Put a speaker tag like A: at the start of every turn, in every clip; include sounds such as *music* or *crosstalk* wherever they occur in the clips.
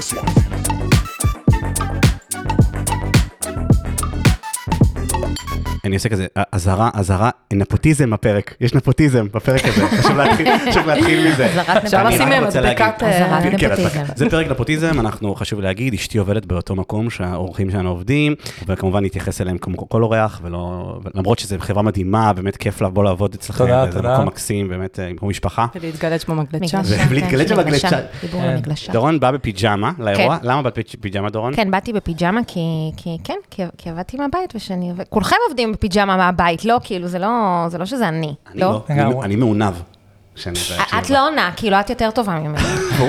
A: Listen.
B: אני עושה כזה, אה, אזהרה, אזהרה, נפוטיזם הפרק, יש נפוטיזם בפרק הזה, *laughs* חשוב להתחיל, חשוב
C: *laughs*
B: להתחיל מזה.
C: אזהרת
D: אפשר
B: אני
C: נפוטיזם.
D: לשים
B: רק
D: להם
B: רוצה
D: מדבקת...
B: להגיד-
D: אה,
C: אזהרת
B: כן,
C: נפוטיזם.
B: אז זה פרק נפוטיזם, אנחנו חשוב להגיד, אשתי עובדת באותו מקום שהאורחים שלנו עובדים, וכמובן נתייחס אליהם כמו כל אורח, ולא, למרות שזו חברה מדהימה, באמת כיף לבוא לעבוד אצלכם,
D: תודה,
B: וזה
D: תודה.
B: מקום מקסים, באמת, אה, כמו משפחה.
D: ולהתגלש במגלשה.
C: מגלשה,
B: ובלי
C: כן,
B: להתגלש
C: של
B: במגלשה.
C: מגלשה, דיבור
D: כן.
C: על מגלשה.
B: דורון בא בפיג'מה לאירוע, למה באת בפיג'מה דורון?
C: כן, באתי בפיג'מה כי, כי כן, כי, כי עבדתי מהבית ושאני עובדת. כולכם עובדים בפיג'מה מהבית, לא? כאילו, זה לא, זה לא שזה אני.
B: אני לא, אני-
D: לגמרי.
B: אני מעונב. כשאני-
C: את לא עונה, כאילו, את יותר טובה
B: *laughs*
C: ממני.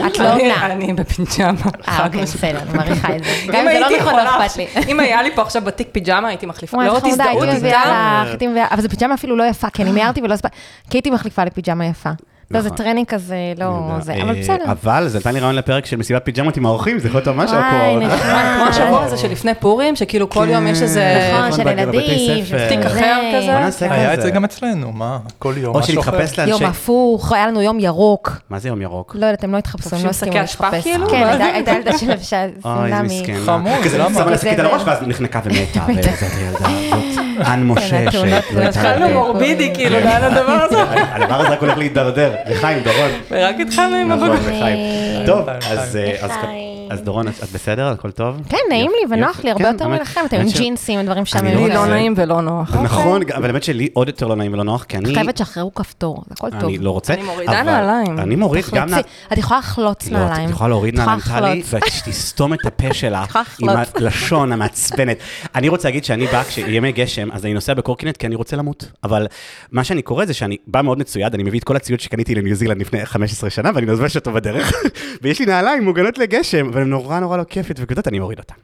C: את לא
D: אני- *laughs*
C: עונה.
D: אני בפיג'מה.
C: אה,
D: חד
C: אוקיי,
D: משמעית.
C: בסדר, אני מעריכה
D: *laughs*
C: את זה.
D: אם
C: גם אם זה לא
D: הייתי
C: נכון,
D: יכולה-
C: לא אכפת לי. *laughs*
D: אם היה לי פה עכשיו בתיק פיג'מה, הייתי מחליפה.
C: וואי,
D: לא
C: איך חמודה,
D: תזדהות
C: הייתי
D: איתה.
C: מביאה לך, הייתי מביאה- אבל זו פיג'מה אפילו לא יפה, כי אני מיהרתי ולא הספקתי, כי הייתי מחליפה לפיג'מה יפה. לא, זה
B: נכון.
C: טרנינג כזה, לא זה, אבל
B: אה,
C: בסדר.
B: אבל זה נתן לי רעיון לפרק של מסיבת פיג'מות עם האורחים, זה יכול להיות ממש
C: וואי,
B: אקוורד.
C: נכון.
D: כמו השבוע הזה שלפני פורים, שכאילו כל יום יש איזה...
C: נכון, של
B: בבתי
C: ילדים, של
B: ספר.
D: תיק
C: זה.
D: אחר
B: בוא
D: כזה.
B: נעשה
E: היה את
B: כזה.
E: זה גם אצלנו, מה? כל יום,
B: או
E: משהו אחר.
B: שנתחפש לאנשי...
C: יום הפוך, היה לנו יום ירוק.
B: מה זה יום ירוק?
C: לא יודעת, הם לא התחפשו, הם
D: לובשים
C: לא
D: שקי
C: הסכימו
D: אשפה
C: להתחפש.
D: כאילו?
C: כן,
D: מה?
C: הייתה- הייתה ילדה שלבשה
B: אוי, איזה
C: שמלה מ...
B: מסכן.
E: חמוד,
B: כזה
E: למה?
B: שמה לה שקית על
C: לא, כזה-
B: הראש ואז נחנקה ומתה,
C: *laughs* מתה. כן,
B: וזאת הילדה הזאת. אן משה,
C: התאונות-
B: שלא הייתה
D: התחלנו
B: לה- *laughs*
D: מורבידי, כאילו, לאן הדבר הזה?
B: הדבר הזה רק הולך להידרדר. לחיים, דורון.
D: ורק התחלנו עם
B: נכון,
D: הבגרות.
B: לחיים. טוב, אז,
E: לחיים.
B: אה, אז- אז דורון, את את בסדר? הכל טוב?
C: כן, נעים לי
B: יופי,
C: ונוח לי, הרבה
B: כן,
C: יותר
B: באמת.
C: מלכם, אתם עם
B: האמת ש-
C: ג'ינסים, דברים שם.
B: לא
D: לי
B: רוצה.
D: לא נעים ולא נוח.
B: נכון, אבל האמת שלי עוד יותר לא נעים ולא נוח, כי אני...
C: חייבת שחררו כפתור, זה הכל טוב.
B: אני לא רוצה.
D: אני מורידה
B: אבל-
D: נעליים.
B: אני מוריד גם נעליים.
C: תחלוצי. את יכולה לחלוץ
B: לא,
C: נעליים.
B: את יכולה להוריד
C: את יכולה
B: נעליים טלי,
C: לחלוץ.
B: ותסתום את הפה שלה
C: יכולה
B: עם
C: לחלוץ.
B: הלשון המעצבנת. אני רוצה להגיד שאני בא כשימי גשם, אז אני נוסע בקורקינט כי אני רוצה למות. אבל מה שאני קורא זה שאני בא מאוד מצויד, אני מביא את כל הציוד שקניתי לניו זילנד לפני 15 שנה, ואני מזבש אותו בדרך, *laughs* ויש לי נעליים מוגנות לגשם, אבל הן נורא נורא לא כיפיות וכבדות, אני מוריד אותן.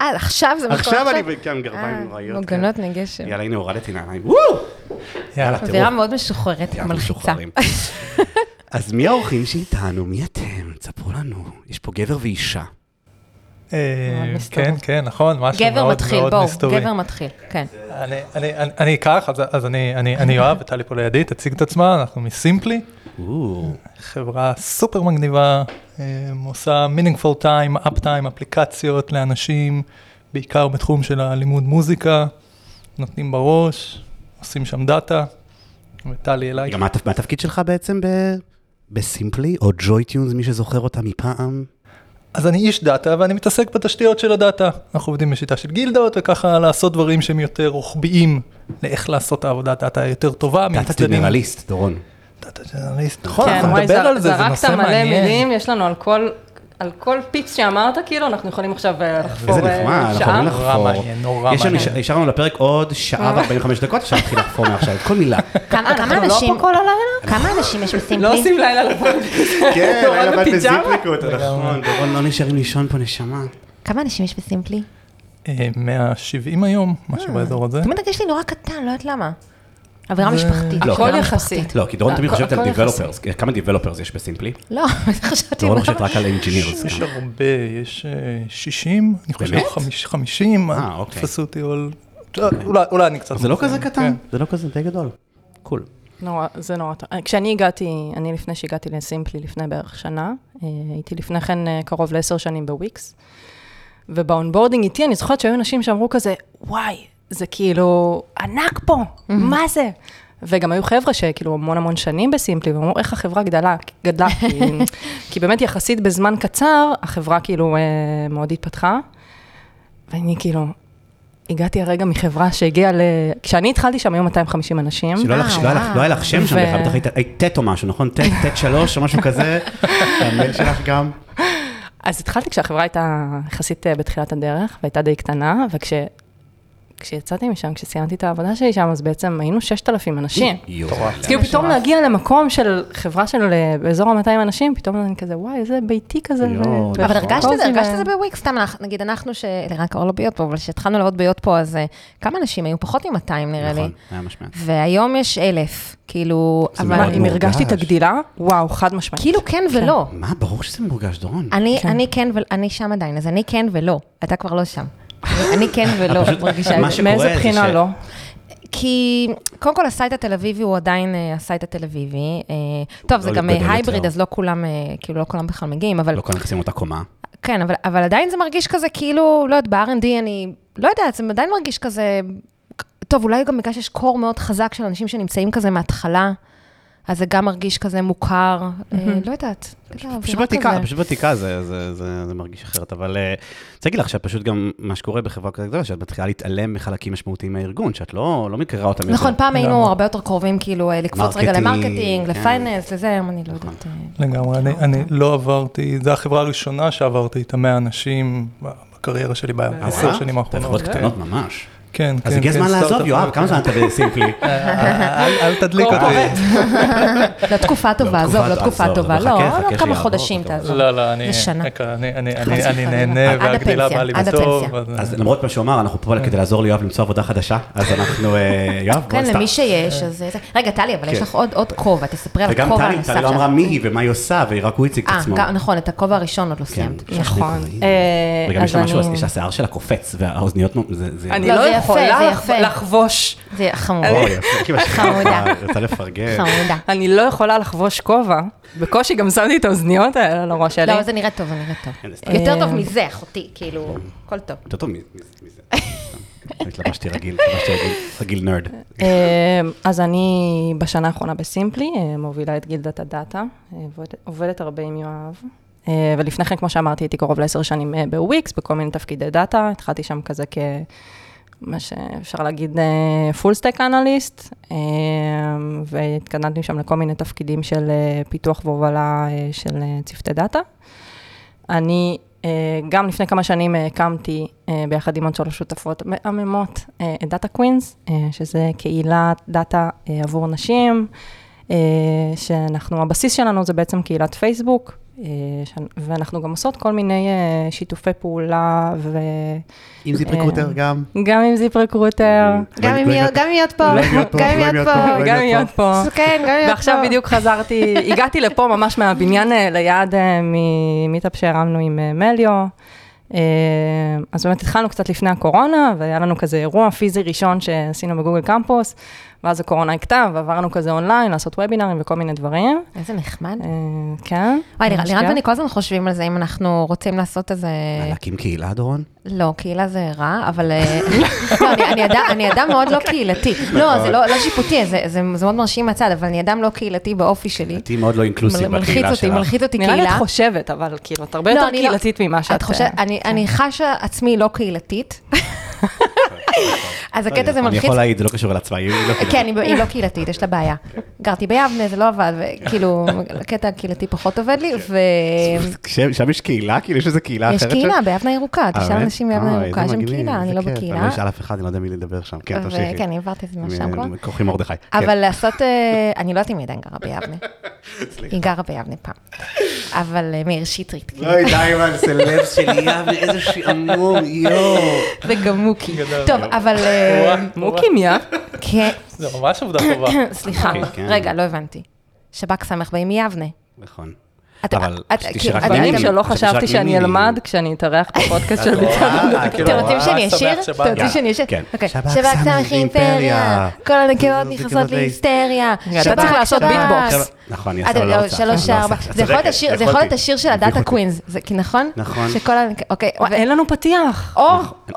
C: אה, עכשיו זה מה שקורה
B: עכשיו אני גם גרביים
C: אה,
B: נוראיות.
C: מוגנות
B: כן.
C: נגשם.
B: יאללה, הנה הורדתי נעליים. וואו!
E: יאללה,
B: יאללה,
C: אווירה מאוד משוחררת,
B: יאללה, *laughs*
C: מלחיצה.
B: משוחררים. אז מי האורחים שאיתנו? מי אתם? תספרו לנו. יש פה גבר ואישה.
E: אה,
C: מאוד מסתורי.
E: כן, כן, נכון,
C: *laughs*
E: משהו
C: גבר
E: מאוד
C: מתחיל,
E: מאוד
C: בואו,
E: מסתורי.
C: גבר מתחיל, כן.
E: אני- אני- אני- אני אקח, אז- אז אני- אני אני יואב, וטלי פה לידי, תציג את עצמה, אנחנו מסימפלי,
B: וואו.
E: חברה סופר מגניבה, אה, עושה meaningful time, up time, אפליקציות לאנשים, בעיקר בתחום של הלימוד מוזיקה, נותנים בראש, עושים שם דאטה, וטלי אלייך.
B: רגע, מה התפ- מה התפקיד שלך בעצם ב... בסימפלי, או ג'וי טיונס, מי שזוכר אותה מפעם?
E: אז אני איש דאטה ואני מתעסק בתשתיות של הדאטה. אנחנו עובדים בשיטה של גילדות וככה לעשות דברים שהם יותר רוחביים לאיך לעשות את העבודת דאטה יותר טובה.
B: אתה
E: מהצדדים.
B: כן, ג'נרליסט, דורון.
E: דאטה ג'נרליסט. נכון,
D: כן,
E: אנחנו
D: וואי,
E: נדבר
D: זר-
E: על זה, זה נושא
D: זרקת מלא
E: מעניין.
D: מילים, יש לנו על כל... על כל פיפס שאמרת, כאילו, אנחנו יכולים עכשיו אה, לחפור
B: איזה נחמד,
D: אה,
B: אנחנו
D: שעה.
B: יכולים
E: נורא
B: לחפור.
E: מעניין, נורא
B: יש לנו-
E: מעניין. אה.
B: נשאר לנו לפרק עוד שעה ו-45 דקות, אפשר להתחיל לחפור מעכשיו, כל
E: *laughs*
B: מילה.
C: כמה כמה
D: אנחנו לא
C: אנשים,
D: פה כל הלילה?
C: כמה אנשים יש
D: לא
C: בסימפלי?
D: עושים לילה *laughs* לבן.
E: כן,
D: דורון בפיג'מה?
B: נכון, דורון לא נשארים לישון פה, נשמה.
C: כמה אנשים יש בסימפלי?
E: אה, 170 היום,
D: כן.
E: משהו באזור הזה.
C: תמיד הרגיש לי נורא קטן, לא יודעת למה. אווירה משפחתית.
B: לא,
C: אווירה
D: הכל
C: משפחתית.
D: יחסית.
B: לא, כי
E: אה,
B: דורון תמיד
D: הכל-
B: חושבת על
D: הכל יחסי.
B: דיבלופרס, כמה דיבלופרס יש בסימפלי?
C: לא, *laughs* חשבתי...
B: דורון
C: למה-
B: חושבת רק על אינג'ינירס.
E: יש הרבה, יש אה, 60, אני חושב
B: באמת?
E: חמיש- 50,
B: אה, אוקיי.
E: תפסו אותי על... אולי- אולי אני קצת...
B: זה לא
E: מגזים,
B: כזה
E: כן.
B: קטן, זה לא כזה די גדול. קול.
D: נורא, זה נורא טוב. אה, כשאני הגעתי, אני לפני שהגעתי לסימפלי, לפני בערך שנה, אה, הייתי לפני כן אה, קרוב לעשר שנים בוויקס, ובאונבורדינג איתי, אני זוכרת שהיו אנשים שאמרו כזה, וואי, זה כאילו ענק פה, מה זה? וגם היו חבר'ה שכאילו המון המון שנים בסימפלי, ואמרו, איך החברה גדלה, גדלה, כי, כי באמת יחסית בזמן קצר, החברה כאילו אה, מאוד התפתחה, ואני כאילו, הגעתי הרגע מחברה שהגיעה ל... כשאני התחלתי שם היו 250 אנשים.
B: שלא היה לך-
C: וואו.
B: לא היה לך- לא היה לך שם שם
D: ו-
B: בכלל, בטח היית- היית טט או משהו, נכון? טט טט שלוש או משהו *laughs* כזה. המייל שלך גם.
D: אז התחלתי כשהחברה הייתה יחסית אה, בתחילת הדרך, והייתה די קטנה, וכש... כשיצאתי משם, כשסיימתי את העבודה שלי שם, אז בעצם היינו 6,000 אנשים.
B: נכון,
D: אז כאילו פתאום להגיע למקום של חברה של אה, באזור ה-200 אנשים, פתאום אני כזה, וואי, איזה ביתי כזה. ו-
B: יואו,
D: ו-
B: נכון.
C: אבל הרגשת את זה,
D: קוזי ו-
C: הרגשת את זה בוויקס, סתם, אנחנו- נגיד אנחנו, ש- רק לא ביוטפו, אבל כשהתחלנו לעבוד ביוטפו, אז אה, כמה אנשים היו? פחות מ-200 נראה לי.
B: נכון, היה משמע.
C: והיום יש אלף, כאילו,
B: זה
C: אבל...
B: מאוד
D: מה, אם
B: מורגש.
D: הרגשתי את הגדילה, וואו, חד משמעית.
C: כאילו כן ולא.
B: מה, ברור שזה מורגש, דורון.
C: אני,
D: כן.
C: אני כן, ו- אני שם עדיין, אז אני כן ולא. אתה כבר לא שם. אני-
D: *laughs*
C: אני כן ולא,
B: פשוט-
C: מרגישה את
B: מה
C: זה.
B: שקורה
D: מאיזה
B: זה
D: בחינה
B: ש- כן.
D: לא?
C: כי קודם כל הסייט התל אביבי הוא עדיין אה, הסייט התל אביבי. אה, טוב, זה
B: לא
C: גם
B: גדול
C: אה, הייבריד,
B: יותר.
C: אז לא כולם, אה, כאילו לא כולם בכלל מגיעים, אבל
B: לא כולם נכנסים לאותה קומה.
C: כן, אבל, אבל עדיין זה מרגיש כזה כאילו, לא יודעת, ב-R&D אני, לא יודעת, זה עדיין מרגיש כזה, טוב, אולי גם בגלל שיש קור מאוד חזק של אנשים שנמצאים כזה מההתחלה, אז זה גם מרגיש כזה מוכר, אה, לא יודעת. אתה יודע,
B: פשוט
C: אווירה
B: ותיקה,
C: כזה.
B: פשוט ותיקה זה, זה, זה, זה מרגיש אחרת, אבל אה, אני רוצה להגיד לך שאת פשוט גם, מה שקורה בחברה כזאת גדולה, שאת מתחילה להתעלם מחלקים משמעותיים מהארגון, שאת לא, לא מכירה אותם. יותר.
C: נכון, פעם היינו
E: לגמרי.
C: הרבה יותר קרובים, כאילו, אה, לקפוץ רגע
B: מרקטינג,
C: למרקטינג,
B: כן. נכון.
C: לפייננס, לזה, היום אני לא יודעת. אה,
E: לגמרי, אני,
C: מכירה
E: אני
C: אותם.
E: לא עברתי, זו החברה הראשונה שעברתי איתה 100 אנשים בקריירה שלי בעשר
B: אה,
E: שנים האחרונות.
B: חברות קטנות ממש.
E: כן, כן.
B: אז הגיע
E: כן,
B: הזמן לעזוב,
E: סטארט-אפ.
B: יואב, כמה זמן אתה בסימפלי? *laughs*
E: אה, אל אל תדליק
D: קורפורט.
E: אותי.
C: לתקופה טובה, עזוב,
B: תקופת-
C: לתקופה
B: לא, עזוב,
C: טובה.
B: חכה,
C: לא,
B: חכה
C: לא כמה
B: שיעבור,
C: חודשים
B: טוב.
C: תעזוב.
E: לא, לא, אני
C: זה שנה.
E: רגע, אני- אני-
C: חס
E: אני- אני
C: וחלילה. עד
E: נהנה והגדילה
C: הפנסיה,
E: באה לי
C: עד
E: בטוב.
C: הפנסיה.
E: אז-
B: אז למרות מה שהוא אמר, אנחנו פה כדי לעזור ליואב למצוא עבודה חדשה, אז אנחנו, אה, יואב, בוא
C: כן,
B: נסתר.
C: למי שיש, אז... זה- רגע, טלי, אבל יש
B: כן.
C: לך עוד עוד כובע, תספרי על
B: וגם
C: הכובע
B: טלי,
C: הנוסף
B: טלי לא
C: שלך.
B: אמרה מי היא ומה היא עושה, והיא רק הוא הציג את
C: אה,
B: עצמו.
C: גם- נכון, את הכובע הראשון עוד לא סיימת.
B: כן,
D: נכון.
B: שני
D: אה,
B: וגם יש
D: אז
B: לה משהו,
D: אני-
B: יש לה שיער שלה קופץ, והאוזניות, נו, זה... זה-
D: אני
C: לא,
D: לא
C: זה יפה, זה
D: יכולה לח-
C: יפה.
D: לחבוש,
C: זה חמוד,
B: אוי, יפה, כאילו,
C: חמודה.
B: אני רוצה לפרגן.
C: חמודה.
D: אני לא יכולה לחבוש כובע. בקושי גם שמתי את האוזניות האלה על הראש שלי.
C: לא, זה נראה טוב, זה נראה טוב.
B: כן, זה סתם.
C: יותר טוב מזה, אחותי, כאילו, הכל טוב.
B: יותר טוב מ- מ- מזה. סתם. התלבשתי רגיל, התלבשתי רגיל, רגיל נרד.
D: אה, אז אני בשנה האחרונה בסימפלי, אה, מובילה את גילדת הדאטה, אה, עובד- עובדת הרבה עם יואב. אה, ולפני כן, כמו שאמרתי, הייתי קרוב לעשר שנים אה, בוויקס, בכל מיני תפקידי דאטה, התחלתי שם כזה כ... מה שאפשר להגיד, אמ, פול סטק אנליסט, אמ, והתקדמתי שם לכל מיני תפקידים של אה, פיתוח והובלה אה, של אה, צוותי דאטה. אני אה, גם לפני כמה שנים אה, הקמתי אה, ביחד עם עוד שלוש שותפות מהממות אה, את דאטה קווינס, אה, שזה קהילת דאטה אה, עבור נשים, אה, שאנחנו, הבסיס שלנו זה בעצם קהילת פייסבוק, אה, שאנ- ואנחנו גם עושות כל מיני אה, שיתופי פעולה,
B: אם זיפ ריקרוטר גם.
D: וגם עם זיפ רקרוטר.
C: גם אם יהיה- גם אם להיות פה,
B: לא אם להיות פה,
C: גם אם
B: לא אם
C: להיות
B: להיות
C: פה.
B: פה, לא
D: גם להיות פה.
C: כן, גם אם להיות פה.
D: ועכשיו בדיוק חזרתי, הגעתי לפה ממש מהבניין אה, ליד אה, ממיטאפ שהרמנו עם אה, מליו. אה, אז באמת התחלנו קצת לפני הקורונה, והיה לנו כזה אירוע פיזי ראשון שעשינו בגוגל קמפוס, ואז הקורונה הכתה, ועברנו כזה אונליין לעשות וובינרים וכל מיני דברים.
C: איזה נחמד.
D: אה, כן.
C: וואי, לירן
D: משקיעה.
C: לירן ואני כל הזמן חושבים על זה, אם אנחנו רוצים לעשות איזה...
B: מה, להקים קהילה, דורון?
C: לא, קהילה זה רע, אבל... אה, לא, אני- אני אדם- אני אדם מאוד לא קהילתי. לא, זה לא לא שיפוטי, זה- זה זה מאוד מרשים מהצד, אבל אני אדם לא קהילתי באופי שלי.
B: הייתי מאוד לא אינקלוסיב
C: מל- מלחיץ
B: בקהילה
C: אותי,
B: שלך.
C: מלחיץ אותי
D: נראה לי את
C: קהילה.
D: חושבת, אבל כאילו, את הרבה
C: לא,
D: יותר
C: אני לא-
D: קהילתית ממה שאת...
C: את חושבת,
D: אה,
C: אני- אני חשה עצמי לא קהילתית. אז הקטע זה
B: אני
C: מלחיץ.
B: יכול להעיד, זה לא קשור לעצמה, היא לא קהילה.
C: כן, היא ב- היא לא קהילתית, יש לה בעיה. גרתי ביבנה, זה לא עבד, וכאילו, הקטע הקהילתי פחות עובד לי, ו...
B: שם שם יש קהילה? כאילו יש איזה קהילה כן. אחרת?
C: כן. יש קהילה ביבנה ירוקה, תשאל
B: אה,
C: אנשים
B: באמת?
C: ביבנה
B: אוי,
C: ירוקה,
B: זה
C: יש שם
B: מגניב,
C: קהילה, אני
B: איזה
C: לא
B: כיף.
C: בקהילה.
B: אני לא אשאל אף אחד, אני לא יודע מי לדבר שם. כן, תמשיכי.
C: וכן, העברתי את זה מהשם כבר.
B: כוחי מרדכי. כן.
C: אבל לעשות, אה, אני לא יודעת אם היא עדיין גרה
B: *laughs*
C: ביבנה. היא גרה ביבנה פעם. אבל אה, מאיר שטרית, כאילו.
B: אוי, לא, די, מה, זה לב שלי, יא, איזה שעמום, יואו.
C: וגם מוקי.
E: גדל.
C: כאילו. טוב, אבל... אה,
E: וואי,
D: מוקימיה.
C: כן, *laughs*
E: זה ממש עבודה טובה.
C: סליחה,
B: אוקיי, כן.
C: רגע, לא הבנתי. שב"כ סמך באים מיבנה.
B: נכון.
C: אתה-
B: אבל
C: אתה-
B: חשבתי
C: כאילו,
B: שרק
C: אתה-
B: מינים.
D: דברים
C: אני-
D: שלא
B: חשבתי
D: חשבתי
B: שרק מינים.
D: שאני אלמד כשאני אתארח בפודקאסט של ביטן.
B: וואו, כאילו,
C: אתם רוצים
E: וואו,
C: שאני
E: שמח
C: אשיר?
E: שבאת.
C: אתם רוצים
B: יאללה,
C: שאני אשיר?
B: כן.
C: אוקיי.
B: שב"כ
C: שב"כ
B: סמך
C: סמך אימפריה,
B: אימפריה.
C: כל הנקבות
B: זה כן,
C: נכנסות
B: כאילו
C: להיסטריה.
D: רגע, אתה
C: שב"כ,
D: צריך לעשות
C: שב"כ.
D: ביטבוקס.
B: נכון, אני
C: אה,
B: אעשה
C: אתם
B: אבל לא
C: לא,
B: רוצה.
C: שלוש,
B: לא
C: ארבע.
B: עושה.
C: זה יכול להיות
B: צודקת,
C: השיר- זה
B: יכולתי.
C: יכול להיות השיר של
B: הביך
C: הדאטה
B: אותי.
C: קווינס, זה- כי נכון?
B: נכון.
C: שכל ה... אוקיי.
D: וואי, אין לנו פתיח.
C: או,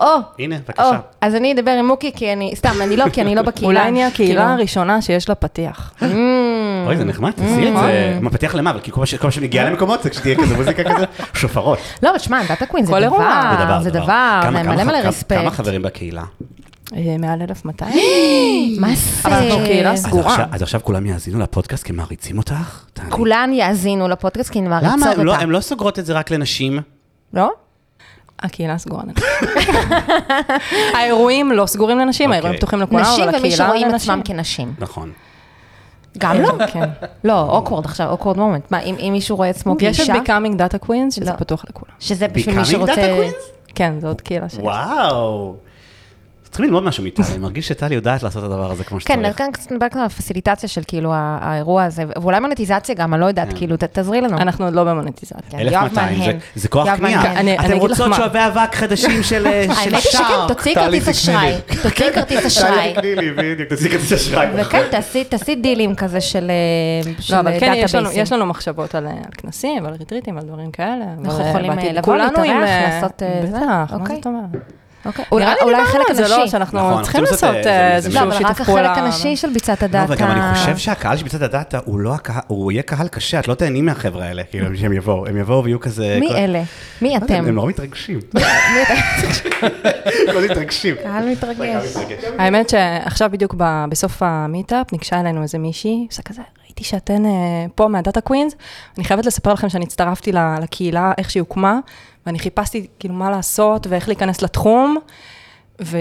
C: או,
B: הנה,
C: או.
B: בבקשה.
C: אז אני אדבר עם מוקי, כי אני, סתם, אני לא, כי אני לא בקהילה.
D: אולי נהיה הקהילה
C: כאילו.
D: הראשונה שיש לה
C: *laughs*
D: פתיח.
C: Mm. אה.
B: אוי, זה נחמד, תעשי את זה. מה, פתח למה? אבל כאילו, כל מה ש- כל מה שמגיע למקומות זה כשתהיה כזה מוזיקה
C: *laughs*
B: כזה, שופרות.
C: לא, אבל שמע, דאטה קווין זה
D: כל אירוע.
B: זה
C: דבר,
B: דבר,
C: אה, זה דבר,
B: כמה- כמה
C: מלא
B: ח-
C: מלא
B: כמה- כמה
C: רספקט.
B: חברים בקהילה?
D: אה, מעל 1,200?
C: *gasps* מה זה?
D: אבל אנחנו קהילה
B: אז
D: סגורה.
B: עכשיו- אז עכשיו כולם יאזינו לפודקאסט כי הם מעריצים אותך? תעני.
C: כולן יאזינו לפודקאסט, כי הן
B: למה?
C: מעריצות
B: הם לא-
C: אותה.
B: הם לא סוגרות את זה רק לנשים.
C: לא?
D: הקהילה סגורה לנשים.
C: נכון.
D: *laughs* האירועים לא סגורים לנשים, האירועים
B: אוקיי.
D: פתוחים לכולם, אבל
C: נשים
D: הקהילה
C: ומי שרואים
D: לנשים.
C: עצמם כנשים.
B: נכון.
C: גם לא?
D: כן.
C: לא, אוקוורד עכשיו, אוקוורד מומנט. מה, אם אם מישהו רואה עצמו
D: יש את
C: כאישה,
D: Becoming Data Queens,
C: לא.
D: שזה פתוח לכולם.
C: שזה בשביל מי
B: Becoming Data
C: שרוצה...
B: Queens?
D: כן, זו עוד קהילה שיש.
B: וואו. זאת צריכים ללמוד משהו מטלי, מרגיש שטלי יודעת לעשות את הדבר הזה כמו
C: כן,
B: שצריך.
C: כאן קצת נדבר קצת על הפסיליטציה של כאילו ה- האירוע הזה, ואולי מונטיזציה גם, אני לא יודעת,
B: כן.
C: כאילו, ת- תעזרי לנו.
D: אנחנו עוד לא במונטיזציה.
B: אה,
C: כן, יואב
B: 1200, זה-
C: מהנהן.
B: זה כוח
C: יואב
B: קנייה.
C: מהנהן.
D: אני-
B: אתם
D: אגיד לך
B: רוצות
D: מה.
B: שואבי אבק חדשים של אה, של שער.
C: *laughs* האמת היא שכן, תוציאי
E: טלי,
C: כרטיס
E: תקני
C: אשראי,
E: לי.
C: תוציאי כרטיס
B: טלי,
C: אשראי.
B: תקני לי, בדיוק, תוציאי כרטיס אשראי.
C: וכן, תעשי- תעשי דילים כזה של אה, של
D: לא, אבל כן, יש לנו,
C: דאטאבייסים.
D: יש לנו מחשבות על אה, על כנסים, על ריטריטים, על דברים כאלה.
C: אנחנו
D: אבל, אה,
C: יכולים, אה,
D: בעתיד
C: לבוא,
D: כולנו
C: להתארח,
D: עם, אה,
C: לעשות, אה, זה?
D: בטח, מה
C: אוקיי.
D: זאת אומרת?
C: אוקיי. אולי-
D: נראה לי
C: אולי
D: דיברנו
C: חלק
D: על זה,
C: נשי.
D: לא,
B: נכון,
D: שאנחנו צריכים
B: צריכים לעשות,
D: לעשות
B: אה, זה-
D: אה,
B: זה
D: איזשהו
C: לא,
D: שיתוף
C: אבל
D: פעולה.
C: רק החלק הנשי של ביצת
B: לא,
C: הדאטה.
B: וגם אני חושב שהקהל של ביצת הדאטה הוא לא הקהל, הוא יהיה קהל קשה, את לא תהני מהחבר'ה האלה,
C: *laughs*
B: כאילו, שהם יבואו, הם יבואו ויהיו כזה...
C: מי
B: כל-
C: אלה? מי
B: לא יודע,
C: אתם?
B: הם נורא
C: *laughs*
B: מתרגשים. *laughs* מאוד מתרגשים.
C: קהל מתרגש.
D: האמת שעכשיו בדיוק ב- בסוף המיטאפ ניגשה אלינו איזה מישהי, עושה כזה, ראיתי שאתן אה, פה מהדאטה קווינס, אני חייבת לספר לכם שאני הצטרפתי ל- לקהילה, איך שהיא הוקמה, ואני חיפשתי כאילו מה לעשות ואיך להיכנס לתחום. ו-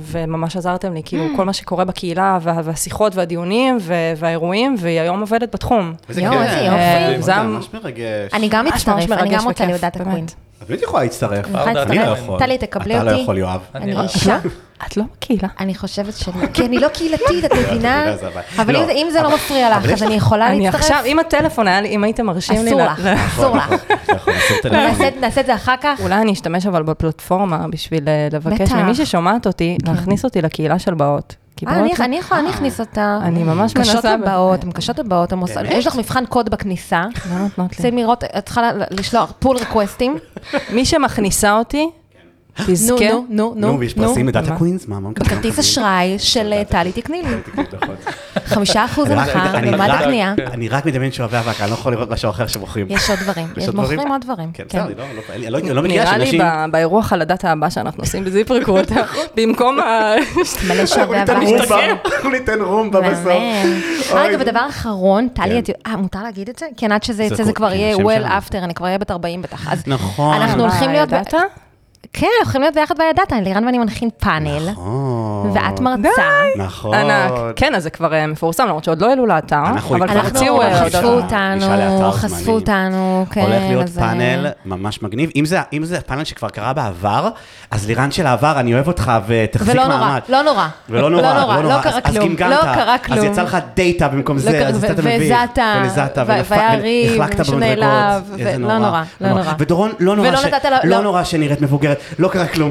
D: וממש עזרתם לי, כאילו,
C: Mm.
D: כל מה שקורה בקהילה, וה- והשיחות והדיונים, ו- והאירועים, והיא היום עובדת בתחום.
B: איזה
C: יואו,
B: כיף.
C: איזה יופי.
B: אה,
D: זה-
B: זה ממש מרגש.
C: אני גם
D: ממש ממש
C: מצטרף, אני
D: מרגש
C: גם רוצה
D: וכיף,
C: להיות דאטה
D: באמת.
C: קווין.
B: את באמת יכולה להצטרף.
C: אני יכולה
B: אני לא
C: להצטרף.
B: יכול.
C: טלי, תקבלי
B: אתה לא
C: אותי.
B: יכול, יואב.
C: אני
E: לא.
D: *laughs*
C: אישה.
D: את לא בקהילה.
C: אני חושבת שלא, כי אני לא קהילתית, את מבינה?
B: זה הבעיה.
C: אבל אם
B: לא,
C: זה- אם זה לא
B: אבל-
C: מפריע לך,
B: אבל יש
C: אז אני יכולה
D: אני
C: להצטרף?
D: עכשיו, אם הטלפון היה לי, אם לא. הייתם מרשים לי...
C: אסור
D: ל-
C: לך,
D: *laughs* ל-
C: אסור
B: *laughs*
C: לך. לא,
B: נכון, עשו טלפונים.
C: נעשה- נעשה את זה אחר כך?
D: אולי אני אשתמש אבל בפלטפורמה בשביל אה, לבקש
C: בטח. כן.
D: ממי ששומעת אותי, להכניס אותי לקהילה של באות. כי
C: אה,
D: באות-
C: אני- אני יכולה, אני אכניס אותה.
D: אני ממש
C: קשות
D: מנסה-
C: הבאות, הן קשות הבאות, הן עושות-
B: באמת?
C: יש לך מבחן קוד בכניסה.
D: לא נותנות לי.
C: צריכים לראות, את צריכה ל- לשלוח פול
D: *laughs*
C: ריקווסטים.
D: מי שמכניסה אותי,
C: כן. נו,
D: תזכה.
C: נו, נו, נו.
B: נו, ויש פרסים לדאטה
D: מה?
B: קווינס? מה, מה מקבלים?
C: בכרטיס אשראי של אה, טלי תקני לי. חמישה אחוז
B: אני רק-
C: הנחה,
B: אני
C: במד
B: רק-
C: הקנייה.
B: אני רק מדמיין שאוהבי אבק, אני לא יכול לראות משהו אחר שמוכרים.
C: יש עוד דברים,
B: יש
C: יש
B: עוד
C: מוכרים
B: דברים?
C: עוד דברים.
B: כן,
C: כן.
B: בסדר, אני לא- לא- אני לא- אני לא מכירה
D: נראה לי
B: שאנשים...
D: ב- באירוח על הדאטה הבא שאנחנו עושים
C: *laughs*
D: בזיפ ריקרוט, במקום ה...
C: מלא
D: *laughs*
C: שווה
B: אנחנו ניתן
C: הבאה.
B: רומבה, אנחנו ניתן רומבה *laughs* בסוף.
C: מהמם. אה,
B: אוי,
C: רגע, ודבר אחרון,
B: כן.
C: טלי, את- אה, מותר להגיד את זה? כן, עד שזה
B: זה
C: יצא, זה
B: כל-
C: כבר
B: כן,
C: יהיה
B: השם
C: well
B: שלנו.
C: after, אני כבר אהיה בת 40 בטח. אז
B: נכון.
C: אנחנו
D: אה,
C: הולכים להיות... ב-
D: דאטה?
C: כן, הולכים להיות ביחד בידעת, לירן ואני מנחים פאנל,
B: נכון.
C: ואת מרצה.
B: נכון.
D: ענק. כן, אז זה כבר אה, מפורסם, למרות שעוד לא העלו לאתר,
B: אנחנו
D: אבל כבר
B: התפרסמנו,
D: הוציאו
C: אנחנו
D: אה,
B: אנחנו
C: חשפו
D: הודעות.
B: אישה- אישה אה, לאתר
C: אותנו, חשפו
B: זמנים.
C: אותנו, כן.
B: הולך להיות
C: אז, אה,
B: פאנל ממש מגניב. אם זה- אם זה פאנל שכבר קרה בעבר, אז לירן של העבר, אני אוהב אותך ותחזיק
C: ולא
B: מעמד.
C: נורא, לא נורא.
B: ולא נורא, לא נורא,
C: לא קרה
B: אז- אז
C: כלום,
B: גמגמת,
C: לא קרה כלום.
B: אז יצא לך דאטה במקום
C: לא
B: זה,
C: קרה-
B: אז
C: ו-
B: אתה מבין,
C: והזעת, ו- והיה ריב, ונעלב, ו-
B: איזה
C: לא נורא, לא נורא.
B: ודורון, לא נורא
C: ולא
B: ש-
C: נתת לה-
B: לא
C: לא. נכון,
B: נורא שנראית מבוגרת, לא קרה
C: *laughs*
B: כלום.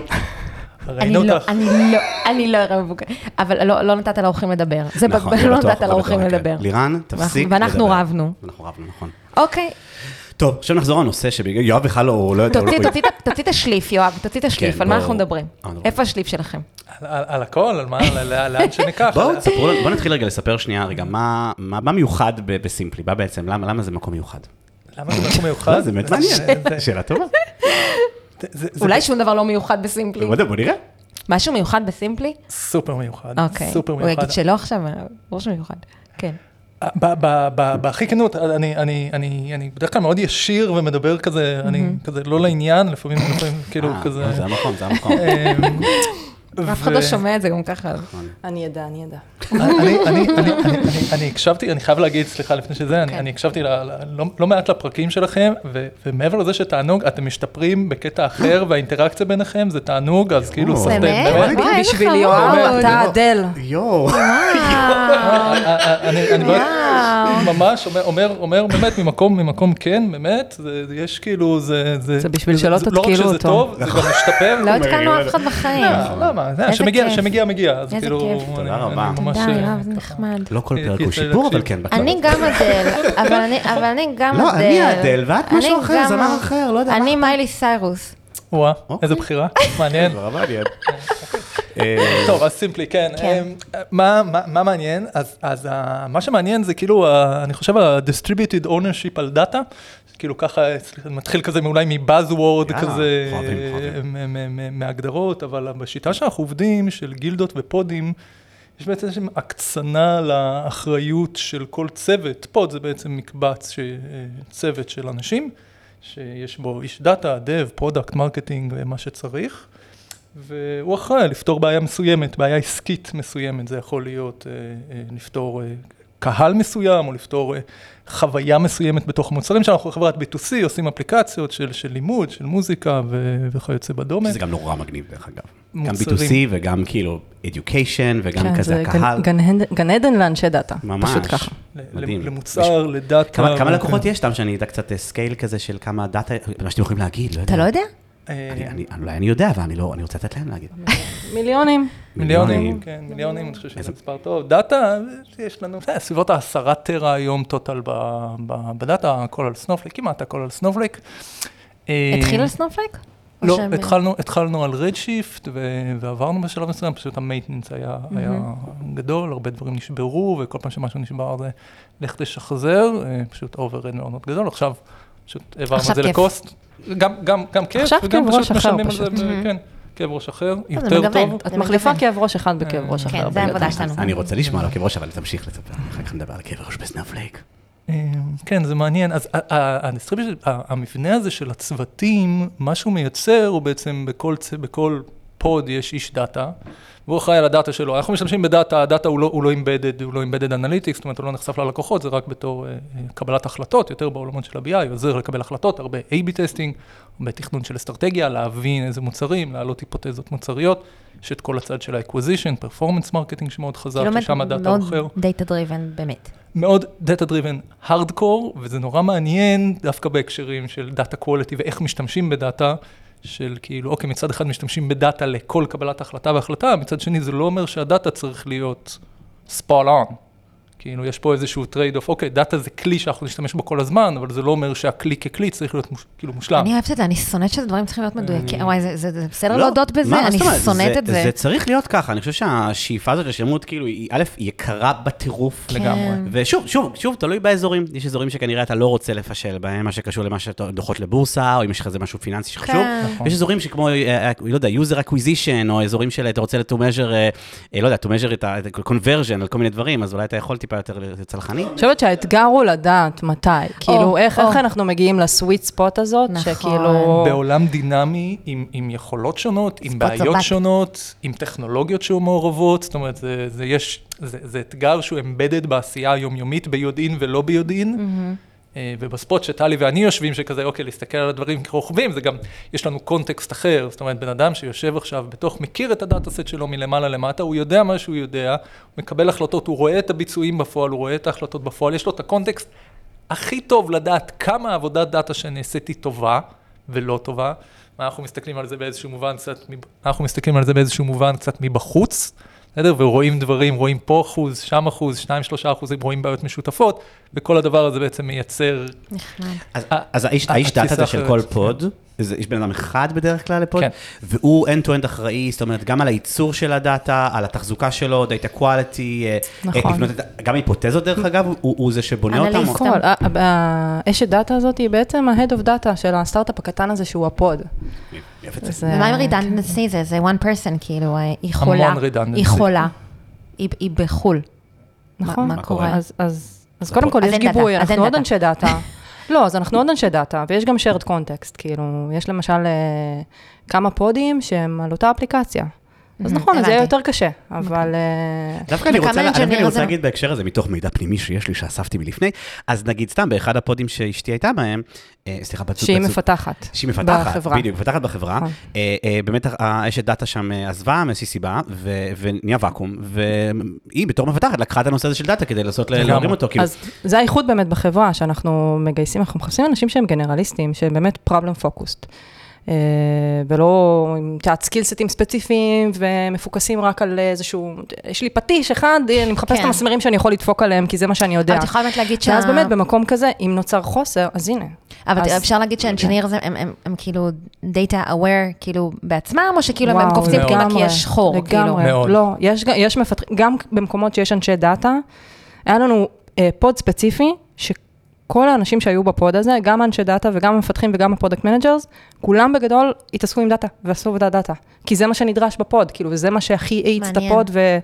C: אני
E: ראינו
C: לא,
E: אותך.
C: אני לא, אני לא אראה מבוגר, אבל לא- לא נתת לאורחים לדבר. זה
B: נכון,
C: בג-
B: זה
C: לא
B: בטוח,
C: נתת
B: זה
C: לאורחים
B: בטוח, כן.
C: לדבר.
B: לירן, תפסיק לדבר.
C: ואנחנו רבנו.
B: אנחנו רבנו, נכון.
C: אוקיי,
B: טוב, עכשיו נחזור לנושא שבגלל, יואב בכלל לא, הוא לא יודע, הוא לא-
C: תוציא-
B: הוא-
C: תוציא את ה- תוציא את השליף, יואב, תוציא את השליף,
B: כן,
C: על מה
B: בואו-
C: אנחנו מדברים?
B: אה, מדברים.
C: איפה השליף שלכם?
E: על- על על הכל, על מה, על- לאן שניקח.
B: בואו תספרו לנו, בואו נתחיל רגע לספר שנייה רגע, מה מה- מה מיוחד ב- בסימפלי, מה בעצם, למה למה זה מקום מיוחד?
E: למה זה משהו מיוחד?
B: לא, זה באמת מעניין,
E: נכון. זה- זה-
B: שאלה טובה.
E: זה- זה
C: אולי שום דבר לא מיוחד בסימפלי.
B: בוא נדבר, בוא נראה.
C: משהו מיוחד בסימפלי?
E: סופר מיוחד.
C: אוקיי.
E: סופר
C: הוא
E: מיוחד.
C: יגיד שלא עכשיו, ברור שהוא מיוחד. כן.
E: ב- ב- ב- בהכי כנות, אני, אני, אני, אני בדרך כלל מאוד ישיר ומדבר כזה, אני כזה לא לעניין, לפעמים, לפעמים כאילו
B: אה,
E: כזה.
B: זה המקום, זה
E: *laughs*
B: המקום.
E: אמ,
C: אף אחד
E: ו-
C: לא שומע את זה גם ככה.
D: אני אדע, אני אדע.
B: אה,
E: אני- אני- אני- אני- אני- אני הקשבתי, אני חייב להגיד, סליחה לפני שזה, אני
C: כן.
E: אני הקשבתי ל- ל- לא- לא מעט לפרקים שלכם, ו- ומעבר לזה שתענוג, אתם משתפרים
B: *gasps*
E: בקטע אחר, והאינטראקציה ביניכם זה תענוג, אז כאילו,
B: באמת?
E: סוסטיין,
C: באמת? וואי, איזה
D: בשביל
C: חמוד.
D: יואב, אתה
B: יואב.
D: אדל.
B: יואו.
C: וואו.
E: אה, אני אני באמת,
C: וואו.
E: ממש אומר, אומר, אומר באמת ממקום, ממקום כן, באמת, זה, זה- יש כאילו, זה, זה,
D: זה בשביל שלא
E: זה- לא רק
D: תתקילו
E: שזה
D: אותו.
E: טוב,
B: נכון.
E: זה גם משתפר.
C: לא התקלנו
B: *laughs*
C: אף אחד בחיים.
E: לא, למה, זה,
C: איזה
E: שמגיע,
C: כיף.
E: שמגיע, מגיע, אז
C: איזה
E: כאילו,
C: כיף.
E: אני-
B: תודה
E: אני
B: רבה.
E: ממש,
C: תודה,
E: אה,
C: יואב, זה נכון. נחמד.
B: לא כל
E: אה,
B: פרק
E: כי
B: הוא
E: זה
B: שיפור, אבל
E: להקשיב.
B: כן, בטוח.
C: אני גם אדל, אבל אני- אבל אני גם אדל.
B: לא, אני אדל, ואת
C: אני
B: משהו אחר,
C: גם-
B: זמר אחר, לא יודע.
C: אני מיילי סיירוס.
E: וואה,
B: אוקיי.
E: איזה בחירה, מעניין.
B: זה רבה,
E: *laughs*
B: אני אוהב. אה,
E: טוב, אז סימפלי, כן.
C: כן.
E: אה, מה, מה, מה מעניין? אז, אז ה, מה שמעניין זה כאילו, ה, אני חושב ה-distributed ownership על דאטה, כאילו ככה, אצל- מתחיל כזה אולי מבאזוורד
B: יאללה,
E: כזה,
B: אוהבים, אוהבים.
E: אה, מ- מ- מ- מהגדרות, אבל בשיטה שאנחנו עובדים, של גילדות ופודים, יש בעצם איזושהי הקצנה לאחריות של כל צוות. פוד זה בעצם מקבץ, ש- אה, צוות של אנשים, שיש בו איש דאטה, דב, פרודקט, מרקטינג, מה שצריך. והוא אחראי לפתור בעיה מסוימת, בעיה עסקית מסוימת, זה יכול להיות אה, אה, לפתור אה, קהל מסוים, או לפתור אה, חוויה מסוימת בתוך המוצרים שלנו. אנחנו חברת B2C, עושים אפליקציות של, של לימוד, של מוזיקה ו- וכיוצא בדומה.
B: שזה גם נורא מגניב, דרך אגב. גם B2C
E: מוצרים.
B: וגם כאילו education וגם
D: כן,
B: כזה
D: זה
B: הקהל.
D: גן- גן- גן עדן לאנשי דאטה.
B: ממש.
D: פשוט ככה.
E: ל-
B: מדהים.
E: למוצר, אה, כן. לדאטה.
B: כמה, כמה
E: ו-
B: לקוחות יש שם, שאני אדע קצת אה, סקייל כזה של כמה דאטה, מה שאתם יכולים להגיד, לא יודע.
C: אתה לא יודע?
E: אה,
B: אני, אני, אולי אני יודע, אבל אני לא, אני רוצה לתת להם להגיד.
D: מיליונים.
E: מיליונים, כן, מיליונים, אני חושב שזה מספר טוב. דאטה, יש לנו, אה, סביבות העשרה טרה היום טוטל ב- ב- בדאטה, הכל על סנופליק, כמעט הכל על סנופליק. אה,
C: התחיל על סנופלייק? או
E: לא,
C: שהם-
E: התחלנו, התחלנו על רדשיפט ו- ועברנו בשלב מסוים, פשוט המייטנס היה, היה גדול, הרבה דברים נשברו, וכל פעם שמשהו נשבר זה לך תשחזר, אה, פשוט overhead מאוד מאוד גדול, עכשיו פשוט העברנו
C: עכשיו
E: את זה
C: כיף.
E: לקוסט. גם, גם, גם כיף,
D: עכשיו
E: וגם
D: כאב
E: פשוט
D: ראש אחר
E: משלמים על זה,
D: פשוט.
E: ב- כן, כאב ראש אחר,
C: זה
E: יותר
C: מגוון.
E: טוב.
D: את מחליפה
C: מגוון.
D: כאב ראש אחד בכאב ראש אחר.
C: כן, זה העבודה
D: בגדול.
C: שלנו.
B: אני רוצה לשמוע על הכאב ראש, אבל תמשיך לספר, אחר כך נדבר על הכאב ראש בסנאפלייק.
E: אה, כן, זה מעניין. אז אה, ה- ה- ה-distribution, ה- המבנה הזה של הצוותים, מה שהוא מייצר הוא בעצם בכל, צ- בכל פוד יש איש דאטה, והוא אחראי על הדאטה שלו. אנחנו משתמשים בדאטה, הדאטה הוא לא, הוא לא embedded, הוא לא embedded analytics, זאת אומרת הוא לא נחשף ללקוחות, זה רק בתור אה, אה, קבלת החלטות, יותר בעולמות של ה-BI, עוזר לקבל החלטות, הרבה A-B טסטינג, הרבה תכנון של אסטרטגיה, להבין איזה מוצרים, להעלות היפותזות מוצריות. יש את כל הצד של ה-acquisition, performance marketing שמאוד חזק, ששם הדאטה הוא אחר.
C: מאוד דאטה דריבן, באמת.
E: מאוד דאטה דריבן הארדקור, וזה נורא מעניין דווקא בהקשרים של דאטה קוולטי ואיך משתמשים בדאטה, של כאילו, אוקיי, מצד אחד משתמשים בדאטה לכל קבלת החלטה והחלטה, מצד שני זה לא אומר שהדאטה צריך להיות spot on. כאילו, יש פה איזשהו trade off, אוקיי, דאטה זה כלי שאנחנו נשתמש בו כל הזמן, אבל זה לא אומר שהכלי ככלי צריך להיות מוש, כאילו מושלם.
C: אני אוהבת את זה, אני שונאת שדברים צריכים להיות מדויקים.
E: אה.
C: וואי, זה- זה זה
B: לא,
C: בסדר להודות
B: מה,
C: בזה? אני
B: זאת אומרת?
C: שונאת את זה.
B: זה צריך להיות ככה, אני חושב שהשאיפה הזאת לשלמות, כאילו, היא א', היא יקרה בטירוף.
E: כן. לגמרי.
B: ושוב, שוב, שוב, תלוי באזורים. יש אזורים שכנראה אתה לא רוצה לפשל בהם, מה שקשור למה שאתה דוחות לבורסה, או אם יש לך איזה משהו פיננסי שחשוב.
C: כן.
E: נכון.
B: יש אזורים שכמו, אה, אה, לא יודע, user acquisition, או אזורים של אתה רוצה to measure, אה, אה, לא יודע, to measure את ה-conversion על כל מיני דברים, אז אולי אתה יכול טיפה יותר להיות צלחני.
D: אני חושבת שהאתגר הוא לדעת מתי. כאילו, איך
C: או.
D: איך אנחנו מגיעים לסוויט ספוט הזאת,
C: נכון.
D: שכאילו...
E: בעולם דינמי, עם, עם יכולות שונות, עם
C: ספוט
E: בעיות
C: מבט.
E: שונות, עם טכנולוגיות שהיו מעורבות, זאת אומרת, זה, זה, יש, זה, זה אתגר שהוא embedded בעשייה היומיומית ביודעין ולא ביודעין.
C: Mm.
E: אה, ובספוט שטלי ואני יושבים, שכזה, אוקיי, להסתכל על הדברים כרוכבים, זה גם, יש לנו קונטקסט אחר, זאת אומרת, בן אדם שיושב עכשיו בתוך, מכיר את הדאטה סט שלו מלמעלה למטה, הוא יודע מה שהוא יודע, הוא מקבל החלטות, הוא רואה את הביצועים בפועל, הוא רואה את ההחלטות בפועל, יש לו את הקונטקסט הכי טוב לדעת כמה עבודת דאטה שנעשית היא טובה ולא טובה. אנחנו מסתכלים על זה באיזשהו מובן קצת, מב- אנחנו מסתכלים על זה באיזשהו מובן קצת מבחוץ, בסדר? ורואים דברים, רואים פה אחוז, שם אחוז, שניים, שלושה אחוזים, רואים בעיות משותפות, וכל הדבר הזה בעצם מייצר,
C: נחמד.
B: אז- אז האיש האיש
E: התפיסה
B: דאטה הזה של
E: אחרת,
B: כל
E: אה, כן.
B: פוד, זה- יש בן אדם אחד בדרך כלל לפוד,
E: כן.
B: והוא end-to-end אחראי, זאת אומרת, גם על הייצור של הדאטה, על התחזוקה שלו, data quality, אה,
D: נכון.
B: אה, לבנות את- גם היפותזות דרך אגב, הוא- הוא זה שבונה אותם.
C: אנליסט.
B: או-
D: כל, ה- ה- ה- האשת דאטה הזאת היא בעצם ה-head of data של הסטארט-אפ הקטן הזה שהוא הפוד.
B: יפה, זה-
D: זה-
C: ומה עם רידנדנסי זה? זה one person, כאילו, אה, היא
E: אה, המון
C: חולה.
E: redundancy.
C: היא חולה. היא היא בחו"ל.
D: נכון.
C: מה- מה קורה?
D: אז- אז אז קודם כל,
C: אז
D: יש
C: אין דאטה,
D: גיבוי,
C: אז
D: אנחנו
C: אין
D: עוד
C: דאטה.
D: אנשי
C: *laughs*
D: דאטה. לא, אז אנחנו עוד אנשי דאטה, ויש גם shared context, כאילו, יש למשל אה, כמה פודים שהם על אותה אפליקציה. אז
C: Mhm,
D: נכון, אז זה יהיה
C: הבנתי. אוקיי.
D: יותר קשה, אבל... אה,
B: דווקא אני
C: וכמה
B: רוצה, דווקא אני
C: engineer
B: רוצה
C: זה-
B: להגיד בהקשר הזה, מתוך מידע פנימי שיש לי, שאספתי מלפני, אז נגיד סתם, באחד הפודים שאשתי הייתה בהם, אה, סליחה, בת זוג,
D: שהיא
B: בת זוג-
D: מפתחת.
B: שהיא מפתחת,
D: בחברה.
B: בדיוק, מפתחת בחברה.
D: נכון.
B: אה, אה, באמת ה- האשת דאטה שם אה, עזבה מאיזושהי סיבה, ו- ונהיה ואקום, והיא בתור מפתחת לקחה את הנושא הזה של דאטה כדי לנסות ל-
E: לגמרי.
B: להרים אותו, כאילו,
D: אז זה האיחוד באמת בחברה, שאנחנו מגייסים, אנחנו מחפשים אנשים שהם גנרליסטים, שהם באמת problem focused. אה, ולא עם את הסקילסטים ספציפיים ומפוקסים רק על איזשהו, יש לי פטיש אחד, אני מחפש את
C: כן.
D: המסמרים שאני יכול לדפוק עליהם, כי זה מה שאני
C: אבל
D: יודע.
C: את יכולה באמת להגיד שה...
D: ואז באמת במקום כזה, אם נוצר חוסר, אז הנה.
C: אבל
D: אז-
C: אפשר להגיד שהאנג'ינירס הם- הם- הם- הם כאילו data aware כאילו בעצמם, או שכאילו הם- הם
D: וואו,
C: קופצים פנימה כי
D: לגמרי,
C: יש חור, כאילו.
D: לגמרי,
E: מאוד.
D: לא, יש, גם- יש מפתחים, גם במקומות שיש אנשי דאטה, היה לנו אה, פוד ספציפי, שכל האנשים שהיו בפוד הזה, גם האנשי דאטה וגם המפתחים וגם הפרודקט מנג'רס, כולם בגדול התעסקו עם דאטה ועשו עבודת דאטה. כי זה מה שנדרש בפוד, כאילו, זה מה שהכי האיץ את
C: מעניין.
D: הפוד ו...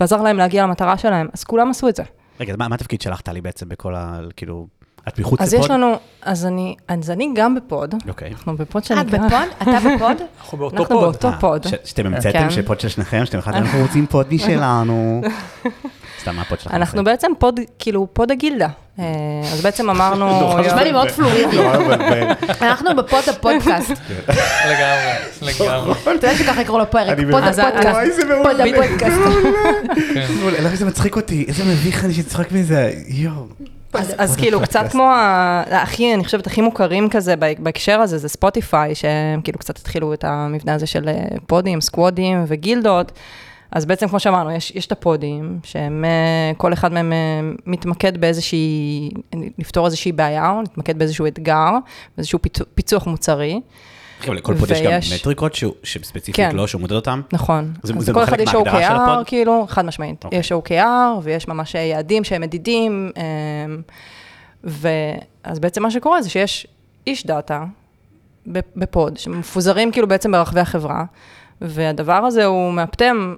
D: ועזר להם להגיע למטרה שלהם, אז כולם עשו את זה.
B: רגע, מה מה התפקיד שלך, טלי, בעצם בכל ה... כאילו, את מחוץ לפוד?
D: אז יש לנו, אז אני, אז אני גם בפוד.
B: אוקיי.
D: אנחנו בפוד שנקרא...
C: את אה, בפוד? אתה בפוד? *laughs*
E: אנחנו באותו
D: אנחנו
E: פוד.
D: באותו
B: אה,
D: פוד.
B: ש- שאתם
D: כן.
B: המצאתם שפוד של שניכם, שאתם אחד, אנחנו רוצים פוד
D: *laughs*
B: משלנו. סתם, מה הפוד שלכם?
D: אנחנו בעצם פוד, כאילו, פוד הגילדה. אה, אז בעצם אמרנו...
C: נשמע לי
E: אוקיי.
C: מאוד פלואידי.
E: *laughs*
B: לא,
D: *laughs*
B: אבל-
C: אנחנו בפוד הפודקאסט.
E: *laughs* לגמרי, לגמרי.
C: אתה יודע שככה יקראו לפרק,
B: אני
C: פוד
B: מבין.
D: אז-
C: הפודקאסט.
B: וואי, זה מעולה.
C: פוד הפודקאסט.
E: כן.
B: מעולה, לא, איזה מצחיק אותי, איזה מביך אני שצחק מזה, יואו.
D: אז, אז כאילו, קצת כמו ה- הכי, אני חושבת, הכי מוכרים כזה בה- בהקשר הזה, זה ספוטיפיי, שהם כאילו קצת התחילו את המבנה הזה של אה, פודים, סקוודים וגילדות. אז בעצם, כמו שאמרנו, יש, יש את הפודים, שהם, אה, כל אחד מהם אה, מתמקד באיזושהי, נפתור איזושהי בעיה, או נתמקד באיזשהו אתגר, באיזשהו פיצו- פיצוח מוצרי.
B: אחי, אבל לכל פוד יש גם
D: ויש-
B: מטריקות שהוא- שספציפית
D: כן.
B: לא, שהוא מודד אותן?
D: נכון.
B: זה-
D: אז
B: זה
D: כל
B: חלק
D: אחד יש
B: מההגדרה של
D: OKR,
B: הפוד?
D: כאילו, חד משמעית.
B: אוקיי.
D: יש OKR ויש ממש יעדים שהם מדידים, אמ, ואז בעצם מה שקורה זה שיש איש דאטה ב- בפוד, שמפוזרים כאילו בעצם ברחבי החברה, והדבר הזה הוא מאפטם.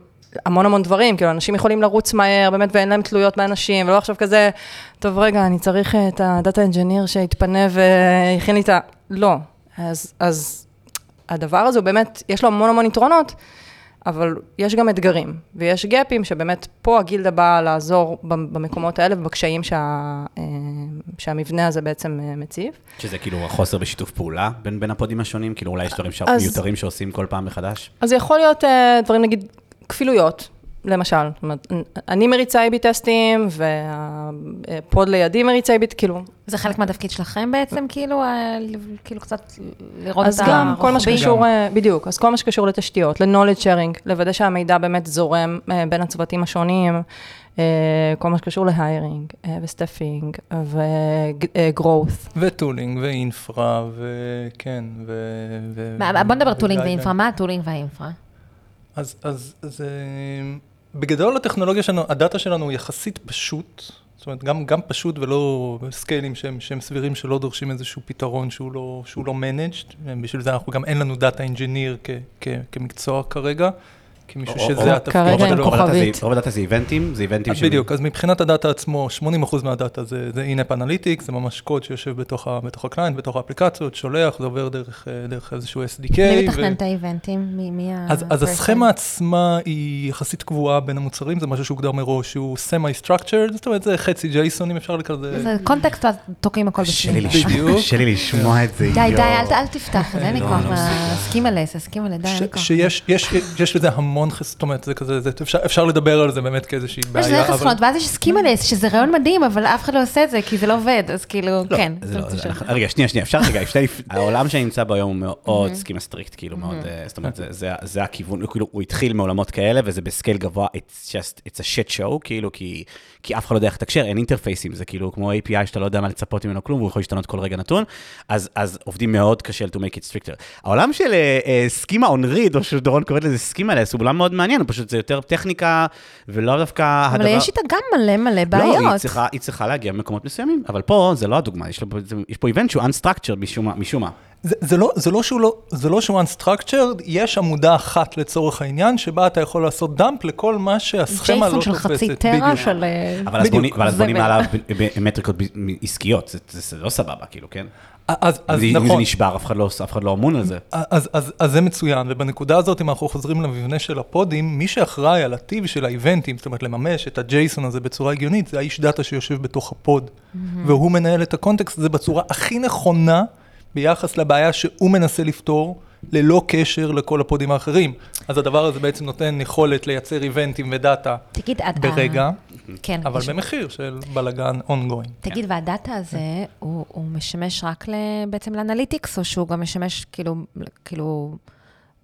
D: המון המון דברים, כאילו אנשים יכולים לרוץ מהר, באמת, ואין להם תלויות באנשים, ולא עכשיו כזה, טוב רגע, אני צריך אה, את הדאטה אנג'יניר שהתפנה והכין לי את ה... לא. אז, אז הדבר הזה הוא באמת, יש לו המון המון יתרונות, אבל יש גם אתגרים, ויש גאפים שבאמת פה הגילדה באה לעזור במ- במקומות האלה ובקשיים שה, אה, שהמבנה הזה בעצם אה, מציב.
B: שזה כאילו החוסר בשיתוף פעולה בין בין הפודים השונים? כאילו אולי יש דברים ש-
D: אז-
B: מיותרים שעושים כל פעם מחדש?
D: אז זה יכול להיות אה, דברים, נגיד, כפילויות, למשל. זאת אומרת, אני מריצה A-B טסטים, והפוד לידי מריצה A-B, כאילו,
C: זה חלק מהתפקיד שלכם בעצם, כאילו, ה- ל- כאילו קצת לראות את
D: אז גם כל מה
C: הרוחבי?
D: שקשור, אה, בדיוק, אז כל מה שקשור לתשתיות, ל-knowledge sharing, לוודא שהמידע באמת זורם אה, בין הצוותים השונים, אה, כל מה שקשור אה, להיירינג וסטפינג אה, וגרואות.
E: וטולינג ואינפרה, וכן, ו... ו-
C: מה- בוא נדבר
E: ו-
C: טולינג
E: guidelines.
C: ואינפרה, מה הטולינג והאינפרה?
E: אז, אז, אז אה, בגדול הטכנולוגיה שלנו, הדאטה שלנו הוא יחסית פשוט, זאת אומרת, גם, גם פשוט ולא סקיילים שהם, שהם סבירים שלא דורשים איזשהו פתרון שהוא לא, שהוא לא managed, בשביל זה אנחנו גם אין לנו דאטה אינג'יניר כ, כ, כמקצוע כרגע, כמישהו
B: או- או-
E: שזה
B: או-
E: התפקיד
D: כרגע אין
E: שלו.
D: כוכב. כוכבית.
B: רוב הדאטה זה איבנטים, זה איבנטים
E: אז בדיוק, אז מבחינת הדאטה עצמו, 80% מהדאטה זה, זה in-app analytics, זה ממש קוד שיושב בתוך, ה- בתוך הקליינט, בתוך האפליקציות, שולח, זה עובר דרך, אה, דרך איזשהו SDK.
C: מי
E: ו-
C: מתכנן את האיבנטים? מי- מי ה...
E: אז, אז
C: person?
E: הסכמה עצמה היא יחסית קבועה בין המוצרים, זה משהו שהוגדר מראש, שהוא semi-structured, זאת אומרת, זה חצי ג'ייסונים, אפשר לקרוא לזה.
C: זה קונטקסט, ואז תוקעים הכל
B: קשה לי
C: בפנים.
E: בדיוק.
B: לשמוע- קשה לי לשמוע את זה,
C: די, די,
B: יואו.
C: אל ת- אל תפתח, אין לי
B: לא,
C: כוח.
B: לא
C: מה-
B: מסוגל.
C: הסכימה לס, הסכימה לדי, אין לי כוח.
E: ש, שיש יש, יש לזה המון חסרונות, זאת אומרת, זה כזה, זה, אפשר, אפשר לדבר על זה באמת כאיזושהי בעיה.
C: יש דרך
E: אבל-
C: חסכונות, ואז יש הסכימה לס, שזה רעיון מדהים, אבל אף אחד לא עושה את זה, כי זה לא עובד, אז כאילו,
B: לא,
C: כן.
B: זה
C: זה
B: לא,
C: מצוין.
B: זה- אנחנו- רגע, שנייה, שנייה, אפשר רגע, אפשר,
C: *laughs*
B: לפ- העולם שאני נמצא בו היום הוא
C: Mm-hmm.
B: מאוד סכימה סטריקט, כאילו מאוד, אה, זאת אומרת, זה- זה- זה הכיוון, הוא כאילו, הוא התחיל מעולמות כאלה, וזה בסקייל גבוה, it's just, it's a shit show, כאילו, כי כי אף אחד לא יודע איך לתקשר, אין אינטרפייסים, זה כאילו כמו API שאתה לא יודע מה לצפות ממנו כלום, והוא יכול להשתנות כל רגע נתון, אז אז עובדים מאוד קשה to make it stricter. העולם של אה, אה, סכימה on read, או שדורון קוראת לזה סכימה לס, הוא עולם מאוד מעניין, הוא פשוט זה יותר טכניקה, ולאו דווקא הדבר...
C: אבל יש איתה גם מלא מלא בעיות.
B: לא, היא צריכה, היא צריכה להגיע ממקומות מסוימים, אבל פה זה לא הדוגמה, יש, לו, זה, יש פה איבנט שהוא unstructured משום מה. משום מה.
E: זה, זה, לא, זה, לא שהוא לא, זה לא שהוא unstructured, יש עמודה אחת לצורך העניין, שבה אתה יכול לעשות דאמפ לכל מה שהסכמה לא
C: ג'ייסון
E: תופסת.
C: של חצי טרה
E: בדיוק.
C: של... אה,
B: אבל אז
E: בדיוק,
B: בונים- אבל אז בונים
C: זבל.
B: עליו ב- ב- מטריקות ב- מ- עסקיות, זה, זה, זה לא סבבה, כאילו, כן?
E: אז,
B: אם
E: אז
B: זה- אם זה
E: נכון,
B: נשבר, אף אחד לא, אף אחד לא אמון על זה.
E: אז, אז, אז זה מצוין, ובנקודה הזאת, אם אנחנו חוזרים למבנה של הפודים, מי שאחראי על הטיב של האיבנטים, זאת אומרת לממש את הג'ייסון הזה בצורה הגיונית, זה האיש דאטה שיושב בתוך הפוד, והוא מנהל את הקונטקסט הזה בצורה הכי נכונה ביחס לבעיה שהוא מנסה לפתור, ללא קשר לכל הפודים האחרים. אז הדבר הזה בעצם נותן יכולת לייצר איבנטים ודאטה
C: תגיד, את-
E: ברגע,
C: כן,
E: אבל כן.
C: יש-
E: במחיר של בלאגן ongoing.
C: תגיד, והדאטה הזה, הוא הוא משמש רק ל- בעצם לאנליטיקס, או שהוא גם משמש כאילו, כאילו,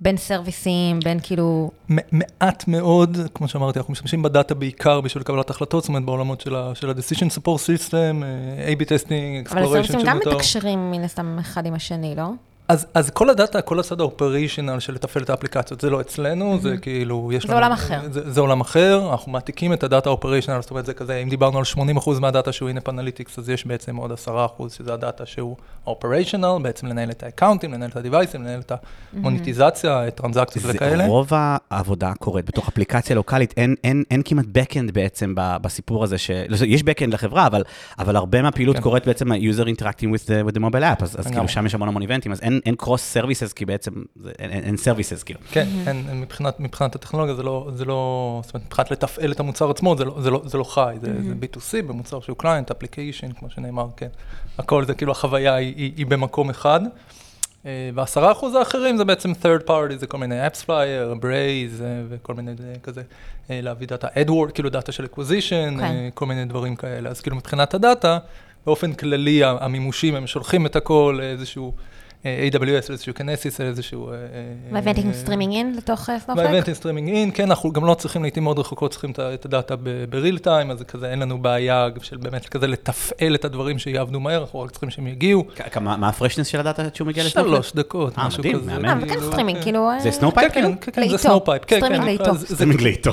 C: בין סרוויסים, בין כאילו...
E: מ- מעט מאוד, כמו שאמרתי, אנחנו משתמשים בדאטה בעיקר בשביל קבלת החלטות, זאת אומרת בעולמות של ה- של ה-decision support system, אה, A-B testing, exploration
C: אבל
E: אה,
C: הסרוויסים גם
E: שמותר.
C: מתקשרים מן הסתם אחד עם השני, לא?
E: אז, אז כל הדאטה, כל הצד האופריישנל של לתפעל את האפליקציות, זה לא אצלנו, זה כאילו, יש
C: Mm-hmm. זה
E: לנו...
C: עולם אחר.
E: זה, זה עולם אחר, אנחנו מעתיקים את הדאטה האופריישנל, זאת אומרת, זה כזה, אם דיברנו על 80% מהדאטה שהוא in-app analytics, אז יש בעצם עוד 10% שזה הדאטה שהוא האופריישנל, בעצם לנהל את האקאונטים, לנהל את הדיווייסים, לנהל את
C: Mm-hmm.
E: המוניטיזציה, את טרנזקציות
B: זה-
E: וכאלה.
B: רוב העבודה קורית בתוך אפליקציה לוקאלית, אין, אין, אין כמעט backend בעצם ב- בסיפור הזה, ש... לא, יש backend לחברה, אבל, אבל הרבה מהפעילות
E: כן.
B: קורית בעצם ה-user interacting with the, with the mobile app, אז, אז כאילו
E: לגמרי.
B: שם יש המון המון איבנטים, אז אין, אין cross services, כי בעצם זה- אין, אין, אין services כאילו.
E: כן, אין, אין, מבחינת, מבחינת הטכנולוגיה זה לא, זה לא, זאת אומרת, מבחינת לתפעל את המוצר עצמו, זה לא, זה לא, זה לא חי, זה, זה B2C במוצר שהוא קליינט, אפליקיישן, כמו שנאמר, כן. הכל זה כאילו החוויה היא, היא, היא במקום אחד. אה, והעשרה אחוז האחרים זה בעצם third party, זה כל מיני apps flyer, braze אה, וכל מיני אה, כזה, אה, להביא דאטה AdWord, כאילו דאטה של acquisition,
C: כן.
E: אה, כל מיני דברים כאלה. אז כאילו מבחינת הדאטה, באופן כללי ה- המימושים, הם שולחים את הכל לאיזשהו אה, AWS, לאיזשהו Kinesis, לאיזשהו... אה, אה,
C: והאבנטים
E: אה,
C: סטרימינג אין לתוך אה, סנופלייק?
E: והאבנטים סטרימינג אין, כן, אנחנו גם לא צריכים לעיתים מאוד רחוקות, צריכים את ה- את הדאטה בריל טיים, אז זה כזה אין לנו בעיה של באמת כזה לתפעל את הדברים שיעבדו מהר, אנחנו רק צריכים שהם יגיעו.
B: כ- כמה, מה הפרשנס של הדאטה עד שהוא מגיע לסנופלייק?
E: שלוש דקות,
B: אה,
E: משהו
B: מדהים,
E: כזה.
B: מהמם.
C: אה, אבל כן
E: כאילו,
C: סטרימינג, כאילו... אה,
B: זה
E: כן,
B: סנופלייק כאילו?
E: כן, כן, כן, זה
C: לאיטו.
E: סנופייפ, כן,
C: סטרימינג
E: כן.
C: לאיטו.
E: אז זה-
B: סטרימינג לאיתו.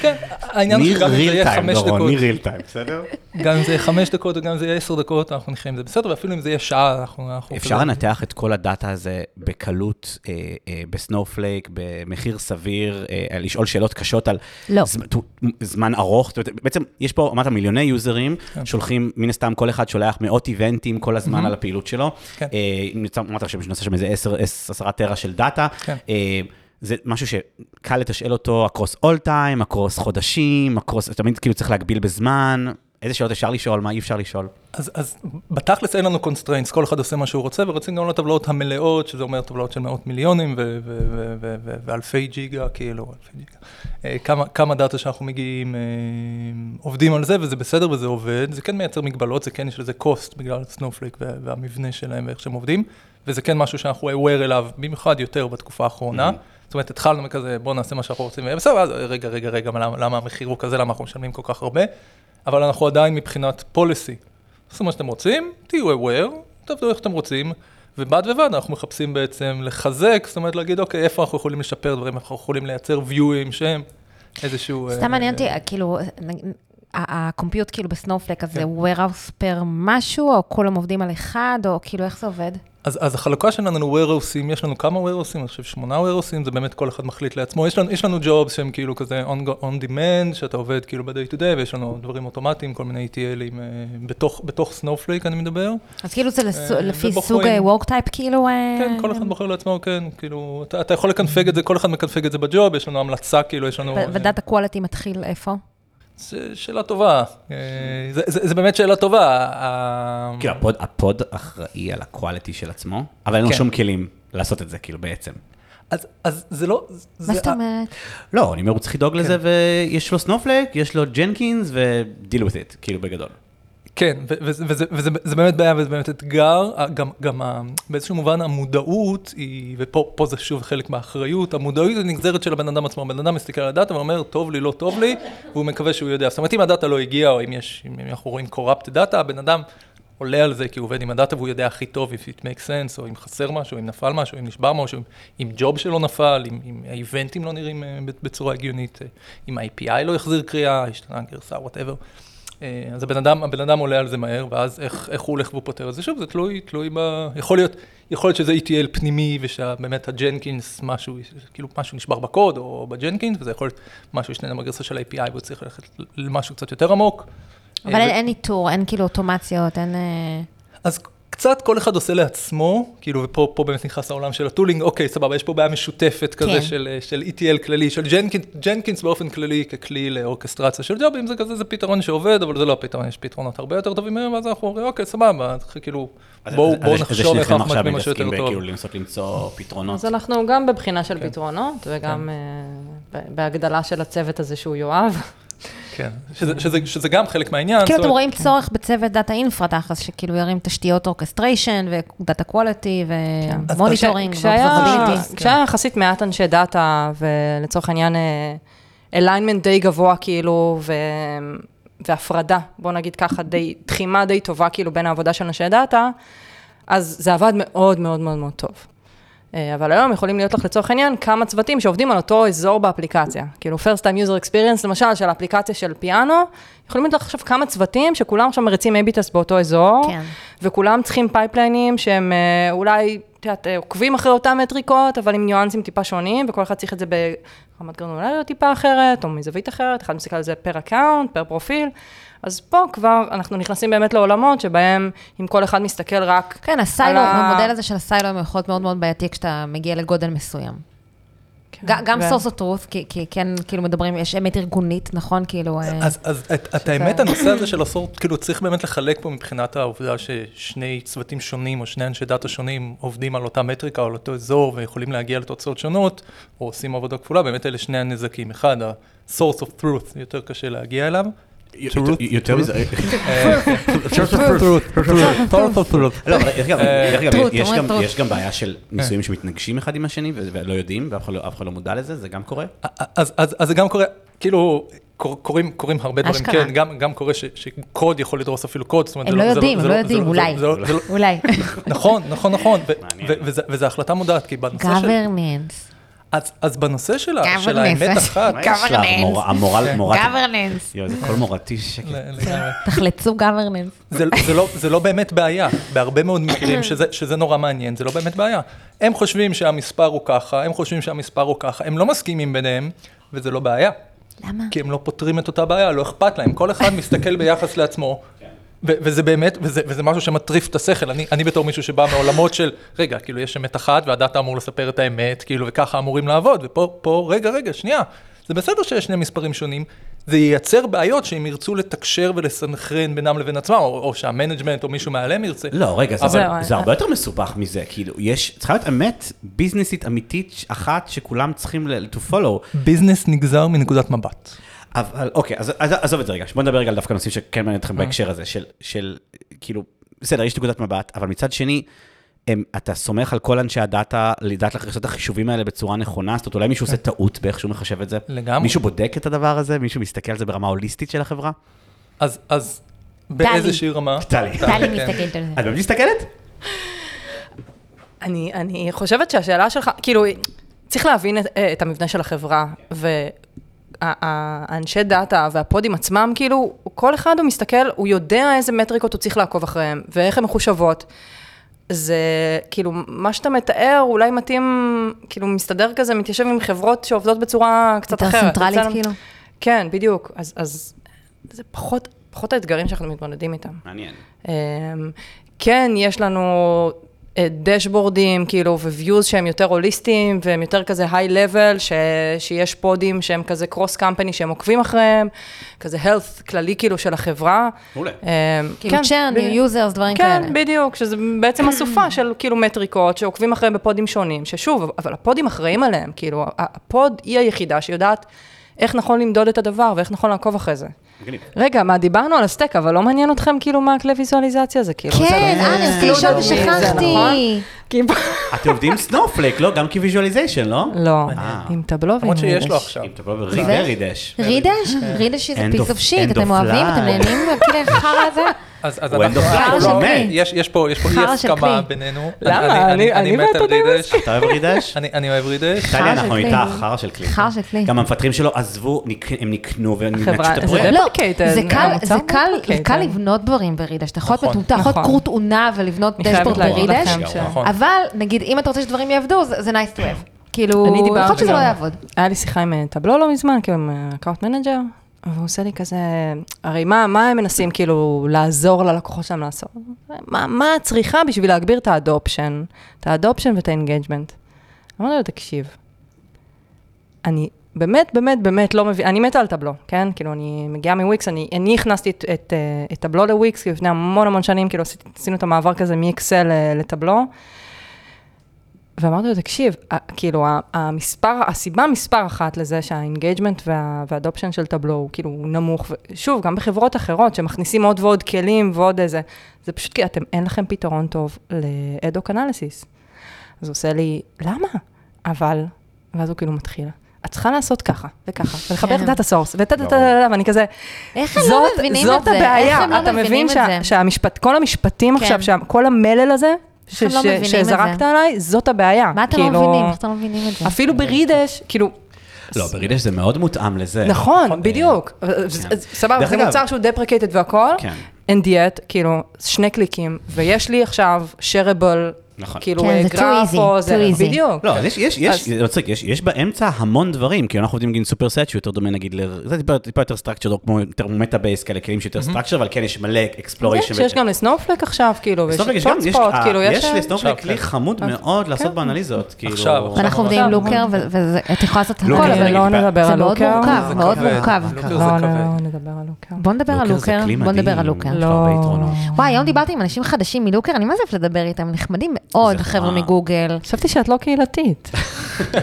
E: כן, העניין הוא שגם אם זה יהיה חמש דקות,
B: מי ריל טיים, בסדר?
E: גם אם זה יהיה חמש דקות וגם אם זה יהיה עשר דקות, אנחנו נחיה עם זה בסדר, ואפילו אם זה יהיה שעה, אנחנו... אנחנו
B: אפשר
E: כזה-
B: לנתח את כל הדאטה הזה בקלות, אה, אה, בסנופלייק, במחיר סביר, אה, לשאול שאלות קשות על
C: לא.
B: זמ- ת- זמן ארוך. זאת אומרת, בעצם, יש פה, אמרת, מיליוני יוזרים,
E: כן.
B: שולחים, מן הסתם, כל אחד שולח מאות איבנטים כל הזמן על הפעילות שלו.
E: כן.
B: אה, אם נצא- אמרת שנעשה שם איזה עשר- עש- עשרה טרה של דאטה.
E: כן.
B: אה, זה משהו שקל לתשאל אותו across all time, across חודשים, across, תמיד כאילו צריך להגביל בזמן. איזה שאלות אפשר לשאול, מה אי אפשר לשאול?
E: אז, אז בתכלס אין לנו constraints, כל אחד עושה מה שהוא רוצה, ורוצים גם לטבלאות המלאות, שזה אומר טבלאות של מאות מיליונים ו- ו- ו- ו- ו- ואלפי ג'יגה, כאילו, אלפי ג'יגה. אה, כמה, כמה דאטה שאנחנו מגיעים, אה, עובדים על זה, וזה בסדר וזה עובד, זה כן מייצר מגבלות, זה כן יש לזה cost בגלל סנופליק וה- והמבנה שלהם ואיך שהם עובדים, וזה כן משהו שאנחנו aware אליו, במיוחד יותר בתקופה האחרונה. זאת אומרת, התחלנו מכזה, בואו נעשה מה שאנחנו רוצים, בסדר, ואז, רגע, רגע, רגע, למה, למה המחיר הוא כזה, למה אנחנו משלמים כל כך הרבה, אבל אנחנו עדיין מבחינת policy. תעשו מה שאתם רוצים, תהיו aware, תעבדו איך שאתם רוצים, ובד בבד אנחנו מחפשים בעצם לחזק, זאת אומרת להגיד, אוקיי, איפה אנחנו יכולים לשפר דברים, איפה אנחנו יכולים לייצר viewים שהם איזשהו... אה,
C: סתם מעניין אותי, כאילו, נג- ה- הקומפיוט כאילו בסנופלק, אז זה
E: כן.
C: warehouse per משהו, או כולם עובדים על אחד, או כאילו, איך זה עובד?
E: אז, אז החלוקה שלנו לנו warehouseים, יש לנו כמה warehouseים, אני חושב שמונה warehouseים, זה באמת כל אחד מחליט לעצמו. יש לנו, יש לנו jobs שהם כאילו כזה on, go- on demand, שאתה עובד כאילו ב-day to day, ויש לנו דברים אוטומטיים, כל מיני ETLים אה, בתוך, בתוך סנופלייק אני מדבר.
C: אז כאילו זה לס-
E: אה,
C: לפי
E: ובוחרים.
C: סוג וורק טייפ, כאילו... אה,
E: כן, כל אחד בוחר לעצמו, כן, כאילו, אתה, אתה יכול לקנפג את זה, כל אחד מקנפג את זה בג'וב, יש לנו המלצה, כאילו, יש לנו...
C: ו- ודאטה קואליטי מתחיל איפה?
E: זו שאלה טובה. אה, זה- זה זה באמת שאלה טובה. אה, ה-
B: כאילו, הפוד, הפוד אחראי על הקואליטי של עצמו, אבל אין לו
E: כן.
B: שום כלים לעשות את זה, כאילו, בעצם.
E: אז- אז זה לא...
C: מה זאת אומרת?
B: לא, אני אומר, הוא צריך לדאוג
E: כן.
B: לזה, ויש לו סנופלייק, יש לו ג'נקינס, ודיל with it, כאילו, בגדול.
E: כן, ו- וזה- וזה וזה- זה באמת בעיה וזה באמת אתגר, ה- גם, גם ה- באיזשהו מובן המודעות היא, ופה פה זה שוב חלק מהאחריות, המודעות היא נגזרת של הבן אדם עצמו, הבן אדם מסתכל על הדאטה ואומר, טוב לי, לא טוב לי, והוא מקווה שהוא יודע. זאת אומרת, אם הדאטה לא הגיעה, או אם יש, אם אנחנו רואים corrupt data, הבן אדם עולה על זה כי הוא עובד עם הדאטה והוא יודע הכי טוב, if it makes sense, או אם חסר משהו, אם נפל משהו, אם נשבר משהו, אם- אם ג'וב שלו נפל, אם- אם האיבנטים לא נראים אה, בצורה הגיונית, אה, אם ה-API לא החזיר קריאה, השתנה גרסה, whatever. אה, אז הבן אדם, הבן אדם עולה על זה מהר, ואז איך, איך הוא הולך והוא פותר את זה? שוב, זה תלוי, תלוי ב... יכול להיות, יכול להיות שזה ETL פנימי, ושבאמת הג'נקינס, משהו, כאילו משהו נשבר בקוד, או בג'נקינס, וזה יכול להיות משהו שנהנה בגרסה של ה-API, והוא צריך ללכת למשהו קצת יותר עמוק.
C: אבל
E: אה,
C: אין אין ניטור, אין כאילו אוטומציות, אין... אה,
E: אז קצת כל אחד עושה לעצמו, כאילו, ופה פה באמת נכנס העולם של הטולינג, אוקיי, סבבה, יש פה בעיה משותפת כזה
C: כן.
E: של, אה, של ETL כללי, של ג'נקינס, ג'נקינס באופן כללי ככלי לאורכסטרציה של ג'ובים, זה כזה, זה פתרון שעובד, אבל זה לא הפתרון, יש פתרונות הרבה יותר טובים מהם, ואז אנחנו אומרים, אוקיי, סבבה, אז כאילו,
B: אז-
E: בואו
B: אז-
E: בואו
B: אז- אז
E: נחשוב איך
B: שניכם
E: אנחנו
B: עכשיו
E: מתנים משהו
B: מתעסקים
E: יותר טוב.
B: בכאילו לנסות למצוא פתרונות.
D: אז לא- אנחנו גם בבחינה של פתרונות, וגם אה, ב- בהגדלה של הצוות הזה שהוא יואב.
E: כן, שזה- שזה- שזה גם חלק מהעניין.
C: כאילו
E: אה, זאת
C: אתם
E: אומרת,
C: רואים
E: כן.
C: צורך בצוות דאטה אינפרה תכלס, שכאילו ירים תשתיות אורקסטריישן ודאטה קואליטי
E: כן.
C: כן.
E: אז- לא,
C: ומוניטורינג
D: כשהיה
C: ואובזרבליטי.
D: כשהיה יחסית מעט אנשי דאטה, ולצורך העניין אליימנט די גבוה כאילו, ו... והפרדה, בוא נגיד ככה, די, תחימה די טובה כאילו בין העבודה של אנשי דאטה, אז זה עבד מאוד מאוד מאוד מאוד טוב. אה, אבל היום יכולים להיות לך לצורך העניין כמה צוותים שעובדים על אותו אזור באפליקציה. כאילו, first time user experience, למשל, של האפליקציה של פיאנו, יכולים להיות לך עכשיו כמה צוותים שכולם עכשיו מריצים A-B-Test באותו אזור,
C: כן.
D: וכולם צריכים פייפליינים שהם אה, אולי, את יודעת, אה, עוקבים אחרי אותם מטריקות, אבל עם ניואנסים טיפה שונים, וכל אחד צריך את זה ברמת גרנולריות טיפה אחרת, או מזווית אחרת, אחד מסתכל על זה פר אקאונט, פר פרופיל. אז פה כבר אנחנו נכנסים באמת לעולמות שבהם אם כל אחד מסתכל רק
C: כן, הסיילו,
D: על ה-
C: המודל הזה של הסיילו הוא יכול להיות מאוד מאוד בעייתי כשאתה מגיע לגודל מסוים. ג- כן, גם
D: ו-
C: source of truth, כי- כי כן, כאילו מדברים, יש אמת ארגונית, נכון? כאילו... אה,
E: אז, אז את, את האמת, הנושא הזה של הסורט, כאילו צריך באמת לחלק פה מבחינת העובדה ששני צוותים שונים או שני אנשי דאטה שונים עובדים על אותה מטריקה או על אותו אזור ויכולים להגיע לתוצאות שונות, או עושים עבודה כפולה, באמת אלה שני הנזקים. אחד, ה-source of truth, יותר קשה להגיע אליו.
B: יותר מזה,
E: source of truth.
B: לא, אבל דרך אגב,
E: אה,
B: דרך אגב,
C: טרוט,
B: יש
C: אומרים
B: גם-
C: טרוט.
B: יש גם בעיה של ניסויים שמתנגשים אחד עם השני ו- ולא יודעים, ואף אחד לא- אף אחד לא מודע לזה, זה גם קורה?
E: אז, אז, אז זה גם קורה, כאילו, קור- קורים, קורים הרבה דברים,
C: אשכרה.
E: כן, גם, גם קורה ש, שקוד יכול לדרוס אפילו קוד, זאת אומרת,
C: הם
E: זה
C: לא
E: זה
C: יודעים,
E: זה
C: הם לא יודעים,
E: זה
C: אולי.
E: זה לא- זה לא-
C: אולי.
E: נכון, נכון, *laughs* נכון, ו-
B: מעניין.
E: ו- וזה- וזה החלטה מודעת, כי בנושא של...
C: governance.
E: אז, אז בנושא של, ה-
C: governance.
E: של האמת אחת,
B: מה יש לה?
C: governance.
B: המורה- המורל, מורת...
C: governance.
B: יואו, זה קול מורתי שקט.
E: ל- לגמרי.
C: תחלצו governance.
E: זה, זה, לא, זה לא באמת בעיה, בהרבה מאוד מקרים, שזה, שזה נורא מעניין, זה לא באמת בעיה. הם חושבים שהמספר הוא ככה, הם חושבים שהמספר הוא ככה, הם לא מסכימים ביניהם, וזה לא בעיה.
C: למה?
E: כי הם לא פותרים את אותה בעיה, לא אכפת להם,
B: *laughs*
E: כל אחד מסתכל ביחס לעצמו. ו- וזה באמת, וזה, וזה משהו שמטריף את השכל, אני, אני בתור מישהו שבא מעולמות של, רגע, כאילו יש אמת אחת והדאטה אמור לספר את האמת, כאילו, וככה אמורים לעבוד, ופה, פה, רגע, רגע, שנייה, זה בסדר שיש שני מספרים שונים, זה ייצר בעיות שאם ירצו לתקשר ולסנכרן בינם לבין עצמם, או, או שהמנג'מנט או מישהו מעליהם ירצה.
B: לא, רגע, זה,
D: אבל-
B: אבל, זה הרבה יותר מסובך מזה, כאילו, יש, צריכה להיות אמת ביזנסית אמיתית אחת שכולם צריכים ל- to follow,
E: ביזנס נגזר מנקודת מבט.
B: אבל אוקיי, אז, אז עזוב את זה רגע, בוא נדבר רגע על דווקא נושאים שכן מעניין אתכם בהקשר הזה, של, של, כאילו, בסדר, יש נקודת מבט, אבל מצד שני, הם, אתה סומך על כל אנשי הדאטה לדעת לך לעשות את החישובים האלה בצורה נכונה, זאת אומרת, אולי מישהו עושה טעות באיך שהוא מחשב את זה?
E: לגמרי.
B: מישהו בודק את הדבר הזה? מישהו מסתכל על זה ברמה הוליסטית של החברה?
E: אז, אז באיזושהי רמה...
B: טלי.
C: טלי
E: כן.
C: מסתכלת על זה.
B: את באמת מסתכלת?
D: אני, אני חושבת שהשאלה שלך, כאילו, צריך להבין את, אה, את המבנה של החברה, והאנשי דאטה והפודים עצמם, כאילו, כל אחד הוא מסתכל, הוא יודע איזה מטריקות הוא צריך לעקוב אחריהם, ואיך הן מחושבות. זה כאילו, מה שאתה מתאר אולי מתאים, כאילו, מסתדר כזה, מתיישב עם חברות שעובדות בצורה קצת
C: יותר
D: אחרת.
C: סנטרלית,
D: אצלנו-
C: כאילו?
D: כן, בדיוק. אז, אז זה פחות, פחות האתגרים שאנחנו מתמודדים איתם.
B: מעניין.
D: אמ, כן, יש לנו אה, דשבורדים, כאילו, ו-views שהם יותר הוליסטיים, והם יותר כזה היי-לבל, ש... שיש פודים שהם כזה קרוס קמפני שהם עוקבים אחריהם, כזה health כללי כאילו של החברה.
B: מעולה.
D: אמ,
C: כאילו churn,
D: ב-
C: new users, דברים
D: כן,
C: כאלה.
D: בדיוק, שזה
C: *clears throat*
D: בעצם אסופה של כאילו מטריקות שעוקבים אחריהם בפודים שונים, ששוב, אבל הפודים אחראים עליהם, כאילו, ה- הפוד היא היחידה שיודעת איך נכון למדוד את הדבר ואיך נכון לעקוב אחרי זה.
B: מגניב.
D: רגע, מה, דיברנו על הסטייק, אבל לא מעניין אתכם כאילו מה הכלי ויזואליזציה זה כאילו. זה לא-
C: כן, אה, אני רציתי לשאול
D: זה
C: ושכחתי.
D: נכון? כי-
B: אתם עובדים *laughs* עם סנופלייק, לא? גם כוויזואליזיישן, לא?
D: לא, עם טבלו ועם
E: אה. למרות שיש לו
D: רגש.
E: עכשיו.
B: אם תבוא בריברי דש.
C: רידש? רידש is
B: End
C: a piece
B: of-
C: of shit,
B: end
C: אתם
B: of
C: אוהבים, אתם
B: line.
C: נהנים, כאילו החרא הזה.
E: אז, אז
B: הוא
E: אנחנו,
B: end of
E: אנחנו
C: life, הוא מת.
E: יש, יש פה, יש פה אי
C: חרא של
E: הסכמה
C: כלי.
E: בינינו.
D: למה? אני- אני
E: מת על
D: ואתה
E: רידש.
B: אתה אוהב רידש?
E: אני, *laughs* אני אוהב רידש.
C: חרא
B: טלי,
C: של
B: אנחנו
C: כלי.
B: איתך, חרא של כלי.
C: חרא של כלי.
B: גם המפתחים שלו עזבו, ניק- הם נקנו והם נטשו
D: החברה-
B: את
D: זה
B: הפרויקט.
D: לא,
C: לא,
D: complicated,
C: זה קל-
D: המוצר
C: זה
D: מאוד
C: קל- זה
D: complicated.
C: קל לבנות דברים ברידש, אתה יכול להיות
E: נכון,
C: מטומטם, אתה יכול להיות
D: נכון.
C: קרוט עונה ולבנות
D: אני חייבת
C: דשבורד
D: להגיד
C: ברידש,
D: לכם
B: ש-
D: ש...
E: נכון.
C: אבל נגיד, אם אתה רוצה שדברים יעבדו, זה זה nice to have. כאילו,
D: אני
C: יכול
D: דיברתי
C: להיות שזה
D: גם-
C: לא יעבוד.
D: היה לי שיחה עם אה, טבלו לא מזמן, כאילו עם אקאונט מנג'ר, והוא עושה לי כזה, הרי מה, מה הם מנסים כאילו לעזור ללקוחות שלהם לעשות? מה, מה את צריכה בשביל להגביר את האדופשן, את האדופשן ואת האינגייג'מנט? אמרתי לו, תקשיב, אני באמת, באמת, באמת לא מבין, אני מתה על טבלו, כן? כאילו, אני מגיעה מוויקס, אני, אני הכנסתי את, את, אה, את טבלו לוויקס, כאילו, לפני המון המון שנים, כאילו, עשיתי- עשינו את המעבר כזה מאקסל אה, לטבלו. ואמרתי לו, תקשיב, ה- כאילו, ה- המספר, הסיבה מספר אחת לזה שהאינגייג'מנט וה- והאדופשן של טבלו הוא כאילו הוא נמוך, ושוב, גם בחברות אחרות שמכניסים עוד ועוד כלים ועוד איזה, זה פשוט כי אתם, אין לכם פתרון טוב לאדוק אנליסיס. אז הוא עושה לי, למה? אבל, ואז הוא כאילו מתחיל. את צריכה לעשות ככה, וככה, ולחבר את
C: כן.
D: דאטה סורס, וטה טה טה
B: ברור.
D: טה, ואני כזה,
C: איך הם לא
D: זאת-
C: מבינים את
D: זאת
C: זה? איך
D: הבעיה,
C: הם לא
D: אתה
C: מבינים
D: מבין
C: את
D: שה-
C: זה?
D: שהמשפט, כל המשפטים
C: כן.
D: עכשיו, שה- כל המלל הזה,
C: איך
D: ש-
C: הם לא
D: ש-
C: מבינים את זה?
D: שזרקת עליי, זאת הבעיה.
C: מה אתם לא
D: כאילו,
C: מבינים? איך אתם לא מבינים את זה?
D: אפילו ברידש, כאילו,
B: לא, ברידש זה מאוד מותאם לזה.
D: נכון, בדיוק. אז- אז סבבה,
B: כן. דרך
D: זה
B: אגב-
D: מוצר שהוא deprecated והכל,
B: כן.
D: אין דיאט, כאילו, שני קליקים, ויש לי עכשיו שרבל,
B: נכון.
D: כאילו,
C: כן,
D: אה,
C: זה too
D: גרף
C: easy,
D: או זה,
C: too easy.
D: בדיוק.
B: לא, אז יש, יש, יש,
D: אז-
B: לא צודק, יש, יש באמצע המון דברים, כי אנחנו עובדים נגיד עם סופרסט שהוא יותר דומה נגיד, ל- זה טיפה- טיפה יותר סטרקצ'ר, כמו יותר מטה בייס כאלה, כלים שיותר סטרקצ'ר, אבל כן יש מלא
D: כן,
B: אקספלוריישן.
D: שיש גם לסנופלק עכשיו, כאילו, ויש
B: סטופלק יש גם, יש, אה,
D: פוטספוט, כאילו,
B: יש
D: יש...
E: עכשיו,
B: לסטופלק
E: כן.
B: כלי חמוד מאוד לעשות באנליזות, כאילו.
E: עכשיו,
D: לא
E: עכשיו.
C: ואנחנו עובדים עם
D: עכשיו,
C: לוקר, ו- וזה- את יכולה לעשות הכל,
B: לוקר,
D: אבל
C: אבל
B: נגיד,
D: לא נדבר
C: זה
D: על
C: מאוד
D: לוקר.
C: מורכב, מאוד
E: כבד.
C: מורכב.
D: לא,
E: לוקר
D: לא,
E: זה
D: לא,
E: כבד.
D: נדבר על לוקר.
C: בוא נדבר על
B: לוקר זה
C: לוקר,
B: כלי
C: בוא נדבר על
B: מדהים,
C: לוקר.
B: יש לו הרבה
D: לא.
B: יתרונות.
C: וואי, היום דיברתי עם אנשים חדשים מלוקר, אני מה זה אוהבת לדבר איתם, נחמדים מאוד,
B: זה אה.
C: חבר'ה
B: נורא.
C: מגוגל.
D: חשבתי שאת לא קהילתית.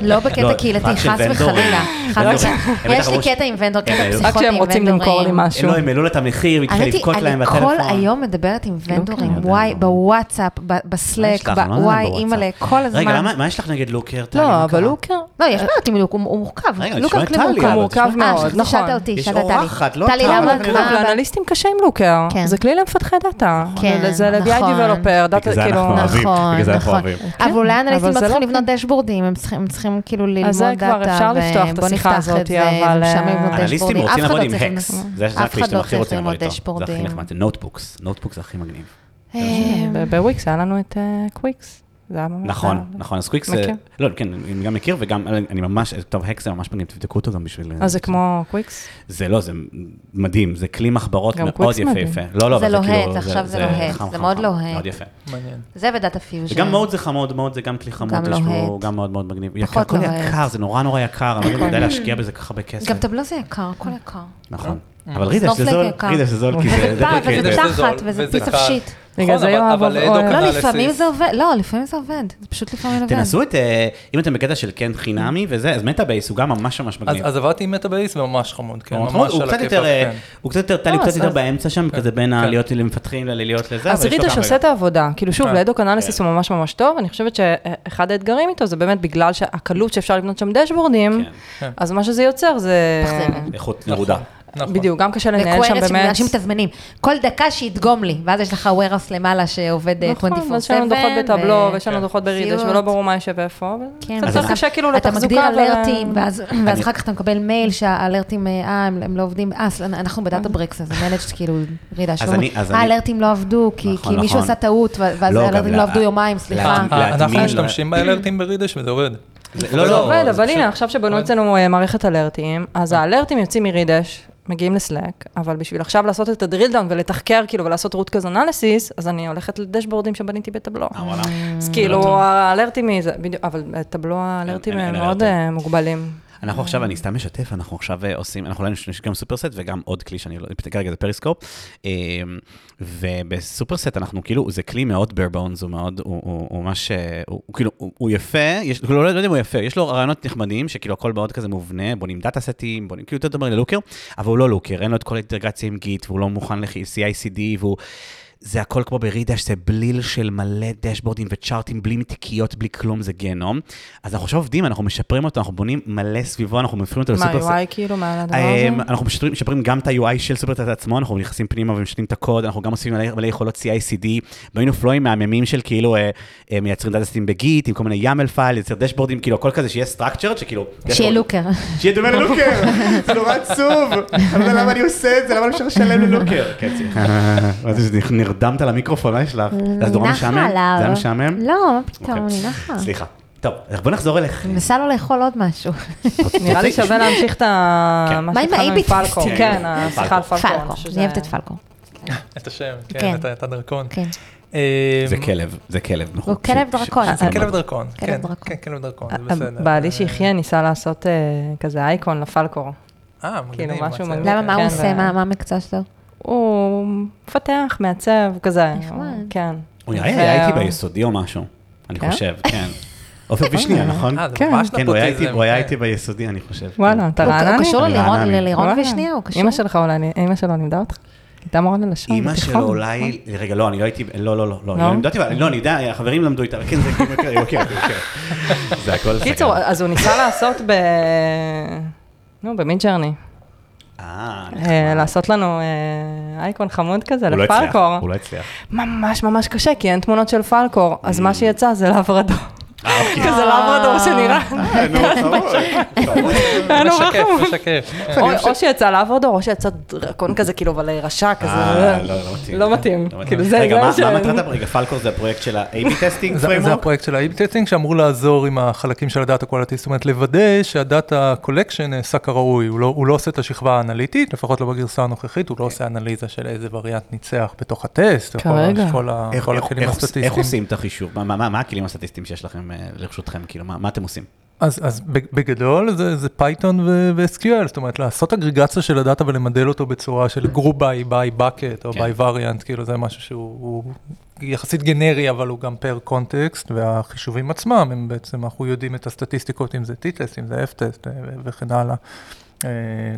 C: לא
B: לא,
C: בקטע קהילתי,
B: רק של
C: חס
B: ונדורים.
C: וחלילה. חס
B: ונדורים.
C: וחלילה.
B: הם בטח
C: יש לי
B: אמרו ש-
C: קטע עם ונדור,
B: כן,
C: קטע
B: רק
D: רק
C: פסיכוטי עם
D: כשהם רוצים למכור לי
C: ונדורים.
D: משהו.
B: לא, הם העלו לה את המחיר, היא התחילה
C: האמת היא,
B: לבכות להם
C: אני
B: בטלפון.
C: כל היום מדברת עם
B: אני
C: ונדורים,
B: יודע.
C: וואי, בוואטסאפ, ב- בסלאק,
B: מה יש לך? אני לא יודע
C: וואי,
B: בוואטסאפ.
C: אימא'לה, כל הזמן.
B: רגע, למה- מה יש לך נגד לוקר? טלי? מה
D: לא, אבל
B: קרה?
D: לוקר...
C: לא, יש בעיות עם לוק, הוא הוא מורכב.
B: רגע,
C: לוק
B: תשמע
C: הוא
B: את
C: כלי
B: טלי,
C: מורכב.
B: אבל
D: מורכב
C: אה,
D: מאוד,
C: חשבתי
D: נכון.
C: שאלת אותי,
B: יש
C: שאלת טלי.
B: אורחת, לא
C: טלי,
B: טלי.
C: למה
B: אבל
C: את
D: טוב,
C: מה?
D: לאנליסטים קשה עם לוקר.
C: כן.
D: זה כלי למפתחי דאטה.
C: כן,
D: זה ל-BI
C: נכון.
D: Developer, דאטה,
B: בגלל זה
D: כאילו...
B: אנחנו אוהבים. בגלל זה
C: נכון,
B: אנחנו
C: נכון.
B: אוהבים.
C: אבל אולי האנליסטים
D: כן, אבל
C: לא
D: זה
C: צריכים
D: לא-
C: לבנות דשבורדים, הם צריכים- הם צריכים כאילו ללמוד דאטה.
D: זה כבר אפשר לפתוח את
C: ובוא
D: השיחה
C: נפתח את
D: הזאת,
C: זה,
D: אבל,
C: ושם
D: אה,
C: יבנו
B: אנליסטים
C: דשבורדים.
B: רוצים
C: אף אחד
B: לעבוד
C: לא
B: עם
C: צריך-
B: הקס. זה
C: אף
B: הכלי
C: אחד
B: שאתם
C: לא
B: הכי רוצים לעבוד
C: צריך
B: איתו.
C: ללמוד
B: זה הכי
C: דשבורדים.
B: נחמד. זה נוטבוקס, נוטבוקס הכי מגניב.
C: אה,
D: ב- בוויקס היה לנו את אה, קוויקס. זה היה ממש...
B: נכון, נכון, אז קוויקס,
D: מכיר?
B: לא, כן, אני גם מכיר וגם, אני ממש, טוב, הקס זה ממש מגניב, תבדקו אותו גם בשביל... אה,
D: אז זה כמו קוויקס?
B: זה לא, זה מדהים, זה כלי מחברות
D: גם
B: מאוד
D: קוויקס מדהים.
B: יפהפה. לא, לא,
C: זה
B: אבל
C: לוהט,
B: כאילו-
C: עכשיו זה לוהט,
B: חם,
C: זה
B: חם,
C: מאוד
B: חם,
C: לוהט.
B: מאוד יפה.
E: מעניין.
C: זה ודאטה פיוז'ן.
B: וגם מוד זה חמוד, מוד זה גם כלי חמוד,
C: גם
B: יש לו
C: לוהט.
B: גם מאוד מאוד מגניב. יקר,
C: פחות
B: הכל
C: לוהט.
B: יקר, זה נורא נורא יקר, אני לא יודע להשקיע בזה כל כך הרבה כסף.
C: גם טבלו זה יקר, הכל יקר.
B: נכון. אבל רידש זה
C: סנופלייק
B: זול,
C: יקר.
B: רידש זה זול, כי לא, זה... כן.
C: וזה
B: deprecated.
C: פעם, וזה
E: זה זול,
C: תחת, וזה
E: וזה
C: פיס אוף
E: קל.
C: שיט.
D: בגלל
E: נכון,
D: זה
E: אבל-
D: יואב
E: אבל
D: אוהב-
E: עדו
D: אוהב.
E: קנה
C: לא,
E: לסיס.
C: לפעמים זה עובד, לא, לפעמים זה עובד, זה פשוט לפעמים עובד.
B: תנסו את, אה, אם אתם בקטע של כן חינמי וזה, אז מטאבייס הוא גם ממש ממש
E: אז
B: מגניב.
E: אז עבדתי עם מטאבייס וממש חמוד, כן,
B: הוא
E: ממש
B: ממש- הוא
E: על
B: קצת
E: הכיפאק,
B: יותר, אה,
E: כן.
B: הוא קצת יותר, טלי
D: אה,
B: קצת
D: אז-
B: יותר
D: אז-
B: באמצע שם, כזה בין ה-
E: כן.
B: להיות למפתחים ללהיות לזה,
D: אז
B: אבל יש לו
D: רידש
B: גם
D: עושה את
B: רגע.
D: העבודה. כאילו, שוב,
B: כן.
E: אה,
D: לאדוק אנליסיס הוא ממש ממש טוב, אני חושבת שאחד האתגרים איתו זה באמת בגלל שהקלות שאפשר לבנות שם דשבורדים,
B: כן.
E: כן.
D: אז מה שזה יוצר זה...
C: תחזירים.
B: איכות
E: נכון,
B: נרודה.
E: נכון.
D: בדיוק, גם קשה לנהל שם
C: וקוהרס
D: באמת.
C: שאנשים מתזמנים. כל דקה שידגום לי, ואז יש לך warehouse למעלה שעובד אה, 24/7.
D: נכון, אז יש לנו דוחות בטבלו, ויש לנו
E: כן.
D: דוחות ברידש,
C: סיוט.
D: ולא ברור מה יושב ואיפה.
C: כן,
D: קצת
B: אז
D: יותר
B: אתה-
D: קשה
C: אתה
D: כאילו לתחזוקה.
C: מגדיר
D: ול-
C: אלרטים, ואז ואז
B: אני-
C: אחר כך אתה מקבל מייל שהאלרטים, אה, אה, הם הם לא עובדים, אה, סל- אנחנו בדאטה ברקס, אז המנג'ט כאילו, רידה,
B: אני-
C: שאומרים,
B: אוקיי. אז אני-
C: האלרטים לא עבדו, כי
B: נכון,
C: כי מישהו
B: נכון.
C: עשה טעות, ו- ואז
B: לא,
C: האלרטים
B: גם
C: לא
B: לה-
C: עבדו יומיים, סליחה.
B: להטמין.
E: אה, אנחנו
B: להטמין,
E: משתמשים באלרטים ברידש וזה
B: *laughs*
E: עובד.
B: זה- לא-
D: זה לא עובד,
B: זה
D: אבל
B: פשוט-
D: הנה, עכשיו שבנו
E: אבל-
D: אצלנו אה, מערכת אלרטים, אז האלרטים יוצאים מרידש, מגיעים לסלאק, אבל בשביל עכשיו לעשות את הדריל דאון ולתחקר, כאילו, ולעשות root cause analysis, אז אני הולכת לדשבורדים שבניתי בטבלו.
B: אה, וואלה.
D: אז כאילו, האלרטים, מזה- בדיוק, אבל בטבלו האלרטים
B: אין- אין
D: הם מאוד
B: אלרטים.
D: אה, מוגבלים.
B: אנחנו עכשיו, אני סתם משתף, אנחנו עכשיו אה, עושים, אנחנו אולי נשתמש גם סופרסט וגם עוד כלי שאני לא, כרגע זה פריסקופ. אה, ובסופרסט אנחנו כאילו, זה כלי מאוד bare bones, הוא מאוד, הוא- הוא הוא ממש, אה, הוא הוא כאילו, הוא הוא יפה, יש, כאילו, לא יודע אם הוא יפה, יש לו רעיונות נחמדים, שכאילו הכל מאוד כזה מובנה, בונים דאטה סטים, בונים, כאילו יותר דומה ללוקר, אבל הוא לא לוקר, אין לו את כל האינטגרציה עם גיט, והוא לא מוכן ל-CICD, והוא... זה הכל כמו ברידש, זה בליל של מלא דשבורדים וצ'ארטים, בלי מתיקיות, בלי כלום, זה גיהנום. אז אנחנו עכשיו עובדים, אנחנו משפרים אותו, אנחנו בונים מלא סביבו, אנחנו מפרים אותו
D: מה,
B: לסופר...
D: UI כאילו מעל הדבר הזה?
B: אמ, אנחנו משפרים, משפרים גם את ה-UI של סופרטאט עצמו, אנחנו נכנסים פנימה ומשנים את הקוד, אנחנו גם עושים מלא- מלא יכולות CI/CD, בנינו פלואים מהממים של כאילו אה, אה, מייצרים דאטסטים בגיט, עם כל מיני יאמל פייל, יוצר דשבורדים, כאילו הכל כזה שיהיה structured, שכאילו...
C: שיהיה
B: דשבורד-
C: לוקר.
B: שיהיה דומה ללוקר, זה נורא עצוב, אני לא יודע למה אני עושה את זה, למה אי אפשר לשלם ללוקר. כן, סליחה. נרדמת על המיקרופון, מה יש לך? זה נורא
C: נחה
B: משעמם?
C: עליו.
B: זה היה משעמם?
C: לא, מה פתאום,
B: אוקיי.
C: אני נחה.
B: סליחה. טוב, אז בוא נחזור אליך.
C: אני מנסה לא לאכול עוד
B: *laughs*
C: משהו.
D: נראה לי שווה להמשיך את ה...
B: כן.
D: מה
C: מה עם
D: שהתחלנו עם
C: האיביט?
D: פלקו.
B: כן.
D: כן, השיחה על פלקו.
C: פלקו,
D: אני חושב
C: אני
D: שזה-
C: אוהבת את פלקו.
E: את השם,
C: כן.
E: כן, את ה- את הדרקון.
B: אוקיי.
C: כן.
E: אה,
B: זה כלב, זה כלב.
E: נכון.
C: הוא כלב דרקון.
E: זה כלב דרקון,
C: כלב
E: כן,
C: דרקון.
E: כן, כלב דרקון, זה בסדר.
D: אה, בעלי שהחיה ניסה לעשות אה, כזה אייקון לפלקו.
E: אה, מגניב.
D: כאילו, משהו
E: מה זה?
D: מגניב.
C: למה, מה הוא
D: כן,
C: עושה?
D: ו-
C: מה מה המקצוע שלו?
D: הוא מפתח, מעצב, כזה.
C: נחמד.
D: הוא- כן.
B: הוא נראה לי היה איתי
D: והוא-
B: ביסודי או משהו, אני
D: כן?
B: חושב, כן. עופר
C: אוקיי.
B: וישניה, נכון?
E: אה, זה
D: כן.
E: ממש
B: כן, הוא היה איתי-
E: נפוטיזם,
B: הוא היה
E: כן.
B: איתי ביסודי, אני חושב. כן.
D: וואלה, אתה
C: הוא- הוא
D: רענני?
C: קשור
B: אני
C: ללירון-
B: רענני.
C: ללירון
D: וואלה.
C: ושניה? הוא קשור?
D: אימא שלך אולי, אימא שלו לימדה אותך? הייתה מורה ללשון.
B: אימא
D: בתיכון. אה.
B: שלו אולי, רגע, לא, אני לא הייתי, לא, לא, לא, לא, אני
D: נכון, לא?
B: לא לימדתי, אבל- לא, אני יודע, החברים למדו איתה, אבל כן,
D: *laughs*
B: זה כאילו, אוקיי, אוקיי, אוקיי. זה הכל סכם.
D: קיצור, אז הוא ניסה לעשות ב... נו, במידג'רני.
B: אה,
D: אה,
B: נחמד.
D: לעשות לנו אה, אייקון חמוד כזה
B: הוא לא הצליח,
D: לפלקור.
B: הוא לא הצליח.
D: ממש ממש קשה, כי אין תמונות של פלקור, אז מה שיצא זה לברדור.
B: Mm. אה, אוקיי.
D: כזה לברדור שנראה.
B: אה, נו,
D: *laughs*
B: חמוד. חמוד.
D: היה אה, נורא
E: משקף,
D: חמוד.
E: משקף. כן.
D: או- או שיצא לברדור, או שיצא דרקון כזה, כאילו, אבל רשע כזה.
B: אה, לא, לא מתאים.
D: לא מתאים. כאילו, זה...
B: רגע,
D: זה
B: מה
D: ש-
B: מה מטרת הפרויקט? רגע, פלקור זה הפרויקט של
D: *laughs*
B: ה-AB טסטינג
E: זה, זה
B: פריימורק?
E: הפרויקט של ה-AB טסטינג שאמור לעזור עם החלקים של הדאטה קואליטי, זאת אומרת לוודא שהדאטה קולקשן נעשה כראוי, הוא לא, הוא לא עושה את השכבה האנליטית, לפחות לא בגרסה הנוכחית,
B: כן.
E: הוא לא עושה אנליזה של איזה וריאנט ניצח בתוך הטסט, וכל ה-
D: כרגע.
E: כל, ה,
B: איך-
E: כל
B: איך-
E: הכלים
B: איך-
E: הסטטיסטיים.
B: איך עושים את החישוב? מה- מה מה הכלים הסטטיסטיים שיש לכם אה, לרשותכם? כאילו, מה מה אתם עושים?
E: אז, אז בג- בגדול זה, זה פייתון ו- ו-SQL, זאת אומרת לעשות אגרגציה של הדאטה ולמדל אותו בצורה של group by by bucket או
B: כן.
E: by variant, כאילו זה משהו שהוא הוא יחסית גנרי אבל הוא גם פר קונטקסט, והחישובים עצמם הם בעצם, אנחנו יודעים את הסטטיסטיקות, אם זה T-Test, אם זה F-Test אה, ו- וכן הלאה. אה,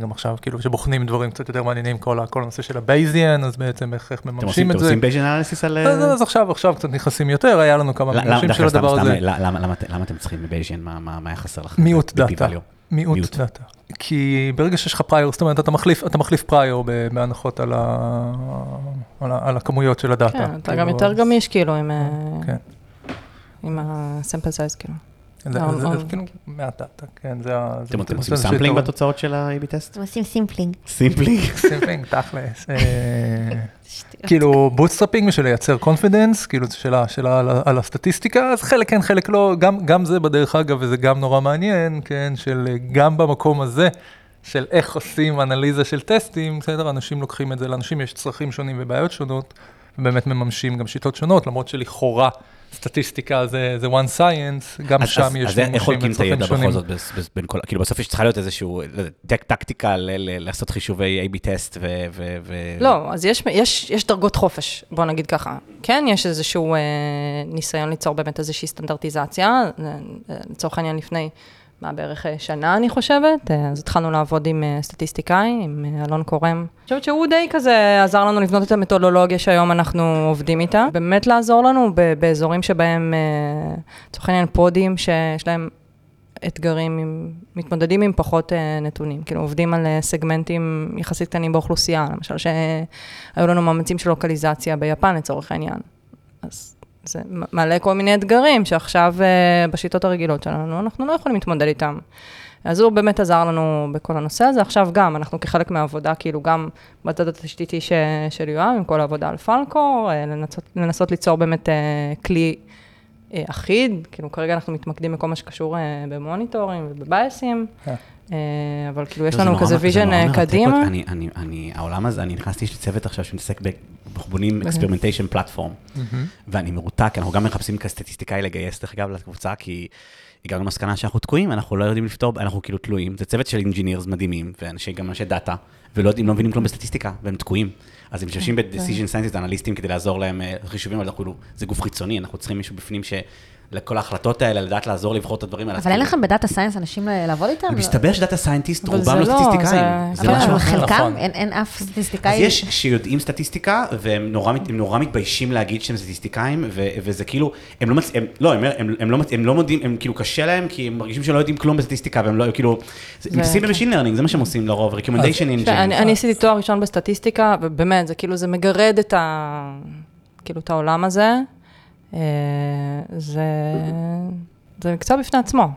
E: גם עכשיו, כאילו, שבוחנים דברים קצת יותר מעניינים, כל, ה- כל הנושא של הבייזיאן, אז בעצם איך, איך
B: אתם עושים
E: מממשים
B: אתם
E: את זה.
B: עושים בייז'ן אנליסיס
D: לא,
B: על... אה,
E: אז, אז עכשיו, עכשיו קצת נכנסים יותר, היה לנו כמה
B: ל- למה-
E: מממשים
B: דרך
E: של
B: אגב, סתם,
E: הדבר
B: סתם,
E: הזה.
B: ל- למה- למה אתם- למה אתם צריכים בבייז'ן? מה- מה מה היה חסר לכם?
E: מיעוט
B: ב- ב-
E: דאטה.
B: value. מיעוט.
E: מיעוט דאטה. כי ברגע שיש לך פריור, זאת אומרת, אתה מחליף, אתה מחליף פריור ב- בהנחות על, ה, על, ה, על הכמויות של הדאטה.
D: כן, אתה
E: כאילו,
D: גם יותר
E: אז-
D: גמיש, כאילו, עם, אה,
E: כן.
D: עם הסמפל סייז, כאילו.
E: זה- זה-
D: אה,
E: זה-
D: אה.
E: זה כאילו מעט דאטה, כן, זה ה...
B: אתם
E: זה-
B: אתם
E: זה-
B: עושים
E: זה
B: סמפלינג
E: שיתרון.
B: בתוצאות של ה-AB טסט?
A: אתם עושים סימפלינג.
B: סימפלינג.
E: סמפלינג,
B: *laughs*
E: תכלס. אה, *laughs* כאילו בוטסטראפינג בשביל לייצר קונפידנס, כאילו זו שאלה, שאלה על, ה- על הסטטיסטיקה, אז חלק כן, חלק לא, גם, גם זה בדרך אגב, וזה גם נורא מעניין, כן, של אה, גם במקום הזה, של איך עושים אנליזה של טסטים, בסדר, אנשים לוקחים את זה, לאנשים יש צרכים שונים ובעיות שונות, ובאמת מממשים גם שיטות שונות, למרות שלכאורה סטטיסטיקה זה, זה one science, גם
B: אז-
E: שם
B: אז-
E: יש
B: אז איך חולקים את הידע בכל
E: שונים.
B: זאת בס- בס- בין כל, כאילו בסוף יש צריכה להיות איזשהו לא יודע, טק- טקטיקה ל- ל- לעשות חישובי A-B טסט ו... ו- ו-
D: לא, אז יש, יש, יש דרגות חופש, בוא נגיד ככה. כן, יש איזשהו אה, ניסיון ליצור באמת איזושהי סטנדרטיזציה, אה, אה, לצורך העניין לפני, מה, בערך אה, שנה, אני חושבת, אה, אז התחלנו לעבוד עם אה, סטטיסטיקאי, עם אה, אלון קורם. אני חושבת שהוא די כזה עזר לנו לבנות את המתודולוגיה שהיום אנחנו עובדים איתה. באמת לעזור לנו ב- באזורים שבהם, אה, לצורך העניין, פודים שיש להם... אתגרים, עם, מתמודדים עם פחות אה, נתונים, כאילו עובדים על אה, סגמנטים יחסית קטנים באוכלוסייה, למשל שהיו לנו מאמצים של לוקליזציה ביפן לצורך העניין. אז זה מ- מעלה כל מיני אתגרים שעכשיו אה, בשיטות הרגילות שלנו אנחנו לא יכולים להתמודד איתם. אז הוא באמת עזר לנו בכל הנושא הזה. עכשיו גם, אנחנו כחלק מהעבודה, כאילו גם בצד התשתיתי ש, של יואב, עם כל העבודה על פלקור, אה, לנסות, לנסות ליצור באמת אה, כלי אה, אחיד, כאילו כרגע אנחנו מתמקדים בכל מה שקשור אה, במוניטורים ובבייסים,
E: כן.
D: אה, אבל כאילו יש
B: לא, זה
D: לנו
B: נורא-
D: כזה
B: זה
D: ויז'ן
B: נורא
D: אה,
B: מרתק אותי.
D: קדימה.
B: אני, אני, אני, העולם הזה, אני נכנסתי, יש לי צוות עכשיו שמתעסק ב... אנחנו בונים אקספרימנטיישן פלטפורם, ואני מרותק, אנחנו גם מחפשים כסטטיסטיקאי לגייס, דרך אגב, לקבוצה, כי הגענו למסקנה שאנחנו תקועים, אנחנו לא יודעים לפתור, אנחנו כאילו תלויים. זה צוות של אינג'ינירס מדהימים, ואנשי, גם אנשי דאטה, ולא יודעים, לא מבינים כלום בסטטיסטיקה, והם תקועים. אז הם משתמשים
D: כן,
B: ב-decision scientist, אנליסטים, כדי לעזור להם אה, חישובים, אבל אנחנו כאילו, זה גוף חיצוני, אנחנו צריכים מישהו בפנים שלכל ההחלטות האלה, לדעת לעזור לבחור את הדברים האלה. אז
C: אבל אין
B: כאילו-
C: לכם בדאטה סיינס אנשים ל- לעבוד איתם?
B: מסתבר שדאטה סיינטיסט,
D: אבל
B: רובם
D: זה
B: לא
D: לא,
B: סטטיסטיקאים.
D: זה-
B: זה
C: אבל-
B: משהו
C: אבל
B: אחר.
E: נכון.
C: חלקם, אין- אין אף סטטיסטיקאי.
B: אז יש שיודעים סטטיסטיקה, והם נורא, מת- הם נורא מתביישים להגיד שהם סטטיסטיקאים, ו, וזה כאילו, הם לא מצ... הם, לא, הם, הם, הם, לא, מצ- הם לא מודים, הם כאילו קשה להם, כי הם מרגישים שלא יודעים כלום בסטטיסטיקה, והם לא, כאילו, זה- הם
D: זה-
C: כן.
B: עושים במשין לרנינג, זה מה שהם עושים לרוב, ריקומנדיישן
D: תשמע, אני-
B: אינג'ין.
D: אני עשיתי תואר ראשון בסטטיסטיקה, ובאמת, זה כאילו, זה מגרד את ה... כאילו, את העולם הזה. אה, זה... זה מקצוע בפני עצמו.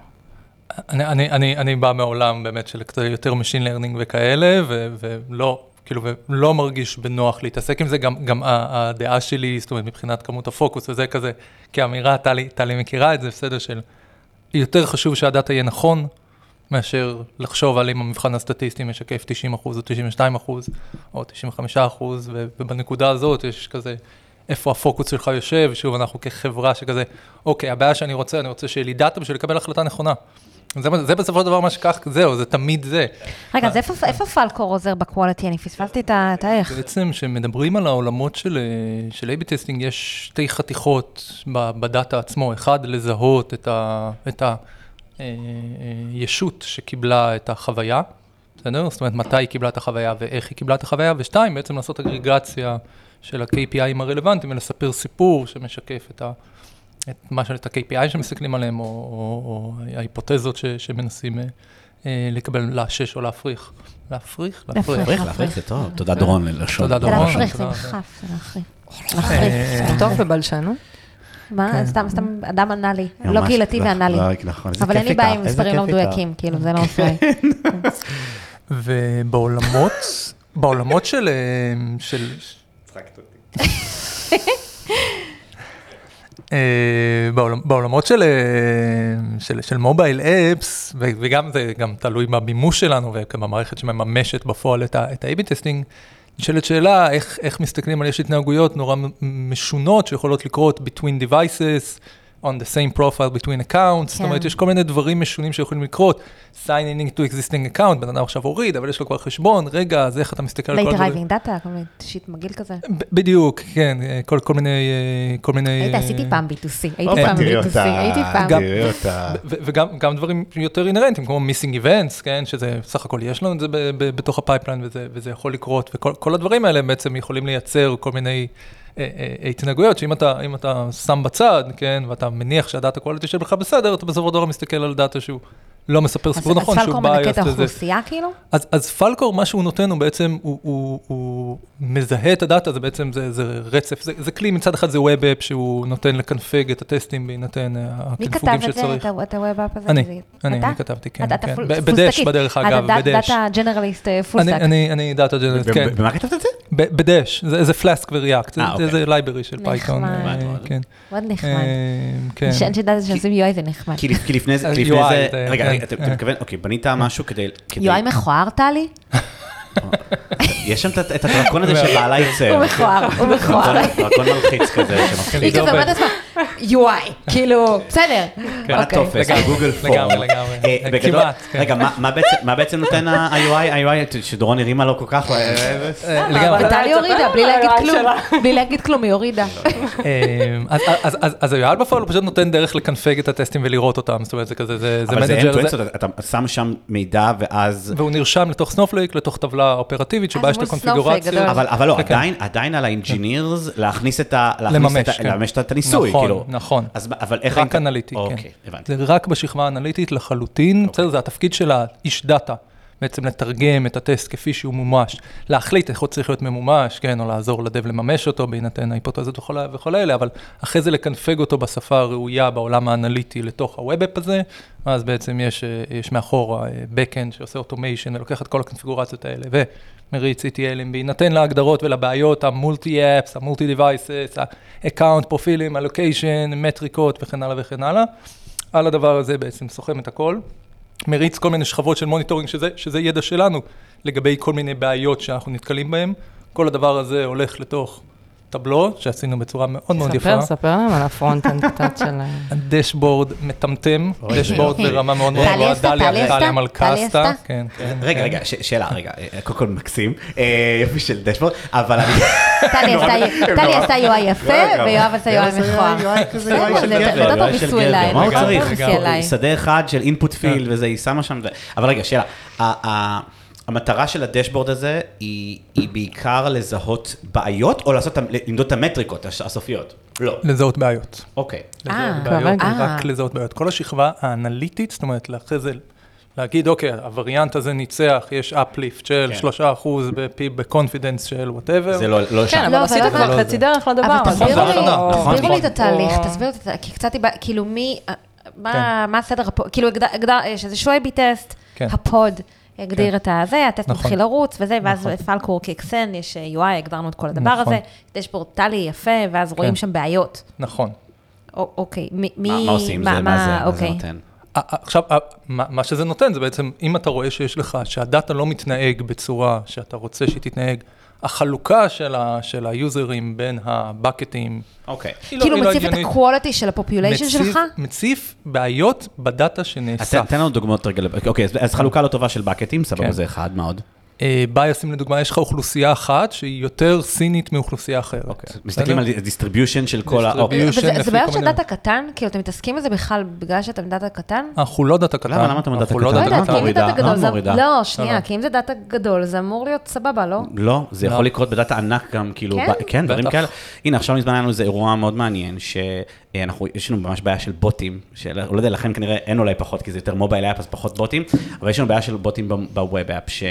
E: אני, אני, אני, אני בא מעולם באמת של קצת יותר machine learning וכאלה, ו, ולא, כאילו, ולא מרגיש בנוח להתעסק עם זה, גם, גם ה- הדעה שלי, זאת אומרת, מבחינת כמות הפוקוס וזה כזה, כאמירה, טלי, טלי מכירה את זה, בסדר, של יותר חשוב שהדאטה יהיה נכון, מאשר לחשוב על אם המבחן הסטטיסטי משקף 90 אחוז או 92 אחוז, או 95 אחוז, ובנקודה הזאת יש כזה, איפה הפוקוס שלך יושב, שוב, אנחנו כחברה שכזה, אוקיי, הבעיה שאני רוצה, אני רוצה שיהיה לי דאטה בשביל לקבל החלטה נכונה. זה, מה- זה בסופו של דבר מה שכך, זהו, זה תמיד זה.
C: רגע, אז איפה- איפה פלקור עוזר בקואליטי? אני פספסתי את ה... את האיך.
E: בעצם, כשמדברים על העולמות של, אה, של A-B טסטינג, יש שתי חתיכות ב- בדאטה עצמו. אחד, לזהות את, ה, את הישות שקיבלה את החוויה, בסדר? זאת אומרת, מתי היא קיבלה את החוויה ואיך היא קיבלה את החוויה, ושתיים, בעצם לעשות אגרגציה של ה-KPIים הרלוונטיים ולספר סיפור שמשקף את ה... את מה ש... את ה-KPI שמסתכלים עליהם, או, או, או ההיפותזות ש, שמנסים אה, אה, לקבל לאשש או להפריך. להפריך?
F: להפריך.
E: להפריך.
C: כן.
B: להפריך, להפריך, זה טוב. תודה דורון ללשון.
E: תודה,
C: זה
E: דורון.
C: להפריך, זה
E: תודה.
C: מחף, זה להחריף.
E: אה,
C: להחריף.
D: טוב בבלשנות.
C: מה,
E: כן.
C: סתם, סתם, אדם ענה לי.
B: ממש,
C: לא קהילתי
B: לא,
C: וענה לי.
B: לא, נכון, איזה
C: אבל אין לי
B: כיף
C: בעיה
B: איתה,
C: עם
B: איזה
C: מספרים לא
B: כיף איתה.
C: מדויקים, כאילו, זה לא מפריע לי.
E: ובעולמות, בעולמות של, אה, של,
B: הצחקת אותי.
E: אה, בעולמ- בעולמות של, אה, של, של מובייל אפס, ו- וגם זה גם תלוי במימוש שלנו ובמערכת שמממשת בפועל את ה-AB טסטינג, נשאלת שאלה איך, איך מסתכלים על יש התנהגויות נורא מ- משונות שיכולות לקרות between devices, on the same profile between accounts, זאת
C: כן.
E: אומרת יש כל מיני דברים משונים שיכולים לקרות, sign in to existing account, בן אדם עכשיו הוריד, אבל יש לו כבר חשבון, רגע, אז איך אתה מסתכל על כל
C: late
E: הדברים?
C: arriving data, כל מיני שיט מגעיל כזה.
E: ב- בדיוק, כן, אה, כל, כל מיני... אה, כל מיני...
C: היית,
E: אה,
C: עשיתי פעם B2C, הייתי
B: הופה,
C: פעם
B: תראי
C: B2C,
B: אותה,
C: הייתי פעם.
E: גם-
B: תראי אותה.
E: ו- וגם גם דברים יותר אינהרנטיים, כמו מיסינג איבנטס, כן, שזה בסך הכל יש לנו את זה ב- ב- בתוך הפייפליין וזה, וזה יכול לקרות, וכל כל הדברים האלה בעצם יכולים לייצר כל מיני אה, אה, התנהגויות, שאם אתה, אם אתה שם בצד, כן, ואתה מניח שהדאטה קואליטי שלך בסדר, אתה בסופו של דבר מסתכל על דאטה שהוא לא מספר
C: אז
E: סיפור נכון,
C: אז
E: שהוא
C: פלקור
E: biased
C: מנקה את
E: לזה.
C: האוכלוסייה, כאילו?
E: אז, אז פלקור, מה שהוא נותן הוא בעצם, הוא, הוא, הוא מזהה את הדאטה, זה בעצם, זה, זה רצף, זה, זה כלי, מצד אחד זה ווב אפ שהוא נותן לקנפג את הטסטים בהינתן אה,
C: מי
E: הקנפוגים שצריך.
C: כתב את זה, את ה- את ה-Web App הזה? זה-
E: אני, אני,
C: אתה?
E: אני כתבתי, כן,
C: אתה- אתה
E: כן.
C: פול-
E: ב-
C: פול
E: בדש
C: סטאקית.
E: בדרך
C: אתה
E: אגב,
C: ד-
E: בדש.
C: דאטה ג'נרליסט פול
E: אני-
C: סטאק.
E: אני אני דאטה ג'נרליסט,
B: ב-
E: כן,
B: ב- במה כתבת את זה?
E: ב- בדש, זה זה פלאסק וריאקט, זה-
B: אה,
E: זה-
B: אוקיי.
E: זה לייברי של פייקון, אה,
C: נחמד.
E: כן,
C: מאוד נחמד.
E: אה, כן,
C: שאין שדאטה שעושים UI זה נחמד.
B: כי לפ- כי לפני זה,
E: *laughs* אז
B: כי לפני
E: UI,
B: זה,
E: זה-
B: רגע,
E: כן,
B: רגע, אתה אתה
E: אה.
B: מתכוון, אוקיי, בנית משהו כדי, כדי-
C: UI מכוער, טלי?
B: יש שם את ה- את הדרקון הזה שבעלה
E: אה,
B: יצא.
C: הוא מכוער,
E: כן.
C: הוא
E: *laughs*
C: מכוער.
B: דרקון מלחיץ כזה, שמפחיד.
E: לא
C: היא כזה אומרת לעצמה, UI, כאילו, בסדר.
E: כן.
B: על
C: אוקיי.
B: הטופס, על
E: לגמרי,
B: גוגל פורם.
E: לגמרי, לגמרי.
B: אה, בגדול,
E: כמעט, כן.
B: רגע, מה- מה בעצם- מה בעצם נותן ה-UI, ה-UI שדורון הרימה לו כל כך, אה,
E: אה, לגמרי.
C: וטלי הורידה, בלי להגיד כלום. *laughs* בלי להגיד כלום, היא הורידה.
E: לא, אמ, אז- אז- אז- אז היועל בפועל הוא פשוט נותן דרך לקנפג את הטסטים ולראות אותם, זאת אומרת זה כזה, זה זה
B: אבל זה
E: מנג'ר,
B: end to end,
E: זה-
B: זאת אומרת, אתה שם שם מידע ואז...
E: והוא נרשם לתוך סנופלייק, לתוך טבלה אופרטיבית שבה
C: אז
E: יש את
C: אה, מול Snowflake
E: הקונפיגורציות.
C: גדול.
B: אבל, אבל לא,
E: כן, כן.
B: עדיין, עדיין על האינג'ינירס להכניס את ה... להכניס
E: לממש,
B: את ה-
E: כן.
B: לממש את הניסוי,
E: נכון,
B: כאילו.
E: נכון.
B: אז מה- אבל איך...
E: רק
B: האינט-
E: אנליטי, כן.
B: אוקיי, הבנתי.
E: זה רק בשכבה האנליטית לחלוטין, בסדר? זה התפקיד של האיש דאטה, בעצם לתרגם את הטסט כפי שהוא מומש, להחליט איך הוא צריך להיות ממומש, כן, או לעזור לדב לממש אותו בהינתן ההיפותזות וכל ה- וכל האלה, אבל אחרי זה לקנפג אותו בשפה הראויה בעולם האנליטי לתוך הווב-אפ הזה, אז בעצם יש, אה, יש מאחורה אה, backend שעושה אוטומיישן ולוקח את כל הקונפיגורציות האלה, ו... מריץ ETLים בהינתן להגדרות ולבעיות המולטי אפס, המולטי devices, ה-account, פרופילים, allocation, מטריקות וכן הלאה וכן הלאה. על הדבר הזה בעצם סוכם את הכל, מריץ כל מיני שכבות של מוניטורינג, שזה, שזה ידע שלנו לגבי כל מיני בעיות שאנחנו נתקלים בהן. כל הדבר הזה הולך לתוך טבלו, שעשינו בצורה מאוד מאוד
D: ספר,
E: יפה.
D: ספר להם על הפרונט-אנד *laughs* קצת של... ה-
E: הדשבורד מטמטם,
B: אוי,
E: דשבורד
C: אוי.
E: ברמה מאוד מאוד
C: טלי
E: גבוהה,
C: עשתה, טלי עשתה,
E: טליה
C: טלי
E: מלכסתה,
C: עשתה.
E: כן, כן.
B: רגע, רגע, ש- שאלה, רגע, אה, קודם כל מקסים, אה, יופי של דשבורד, אבל אני...
E: לא,
C: טלי עשתה- טלי עשתה UI יפה,
B: לא,
C: ויואב עשה
B: יואב
C: UI
B: עשה
C: מכוער.
B: UI כזה, UI של
C: זה- זה
B: גבר,
C: לא
B: UI של
C: טוב ביסוי
B: גבר.
C: אליי,
B: מה הוא
C: זה לא
B: צריך? כן.
C: טוב ביסוי
E: לגמרי.
C: אליי.
B: שדה אחד של אינפוט פיל וזה, היא שמה שם, ו- אבל רגע, שאלה, ה- ה- המטרה של הדשבורד הזה היא היא בעיקר לזהות בעיות, או לעשות את ה- למדוד את המטריקות הש- הסופיות? לא.
E: לזהות בעיות.
B: אוקיי.
C: אה,
E: לזהות לא, בעיות,
D: כרגע.
E: רק לזהות בעיות. כל השכבה האנליטית, זאת אומרת, אחרי זה להגיד, אוקיי, הווריאנט הזה ניצח, יש אפליפט של
B: כן.
E: 3% ב-P בקונפידנס של וואטאבר.
B: זה לא- לא שם.
D: כן,
C: לא,
D: אבל
C: אבל
D: עשית
C: לא
E: זה.
D: כבר חצי דרך לדבר.
C: אבל
D: אז
C: תסבירו
E: נכון,
C: לי,
E: נכון,
C: תסבירו
B: נכון.
C: לי את התהליך,
D: או-
C: תסבירו לי את ה... כי קצת, איבד- כאילו מי, מה מה הסדר, הפ- כאילו הגדר, הגדר- יש איזה שויבי טסט,
E: כן.
C: הפוד הגדיר את הזה, הטסט
E: נכון.
C: מתחיל לרוץ וזה, ואז
E: נכון.
C: פלקור קיקסן, יש אה, UI, הגדרנו את כל הדבר
E: נכון. כן.
C: הזה, דשבורד טלי יפה, ואז רואים שם בעיות.
E: נכון.
C: א- אוקיי, מי,
B: מה
C: מי-
B: מה עושים? זה- מה זה- מה זה
C: אוקיי.
B: נותן?
E: 아, עכשיו, 아, מה, מה שזה נותן זה בעצם, אם אתה רואה שיש לך, שהדאטה לא מתנהג בצורה שאתה רוצה שהיא תתנהג, החלוקה של, ה, של היוזרים בין הבקטים,
B: אוקיי.
E: היא לא-
C: כאילו
E: היא לא
C: מציף את
E: הגיונית.
C: הקוולטי של הפופוליישן
E: מציף-
C: שלך?
E: מציף בעיות בדאטה
B: אז תן
E: שנאסף.
B: תן לנו דוגמאות רגע, לב- אוקיי, אז- אז חלוקה לא טובה של בקטים, סבבה,
E: כן.
B: זה אחד, מה עוד?
E: אה, בייסים לדוגמה, יש לך אוכלוסייה אחת שהיא יותר סינית מאוכלוסייה אחרת.
B: אוקיי. מסתכלים על דיסטריביושן של כל ה...
E: Distribution.
B: אוקיי.
E: יהיו
C: וזה-
E: שם לפי
C: זה בעיה
E: כל
C: של
E: מיני-
C: דאטה קטן? כאילו, אתם מתעסקים בזה בכלל בגלל שאתם דאטה קטן?
E: אנחנו לא דאטה קטן.
B: למה? למה אתה אומר
E: אנחנו
B: דאטה
E: לא
C: לא
B: קטן? למה
C: יודעת,
B: את
C: כי אם זה
B: מורידה?
C: דאטה גדול,
B: למה את
C: זה...
B: מורידה?
C: לא, שנייה, כי אם זה דאטה גדול, זה אמור להיות סבבה, לא?
B: לא, זה
E: לא.
B: יכול לקרות בדאטה ענק גם, כאילו,
C: כן?
B: ב- כן, דברים
E: בטח.
B: כאלה. הנה, עכשיו מזמן היה לנו איזה אירוע מאוד מעניין, שאנחנו, יש לנו ממש בעיה של בוטים, של, לא יודע, לכן כנראה אין אולי פחות, כי זה יותר מובייל אפ, אז פחות בוטים, אבל יש לנו בעיה של בוטים ב- בווב אפ, ש...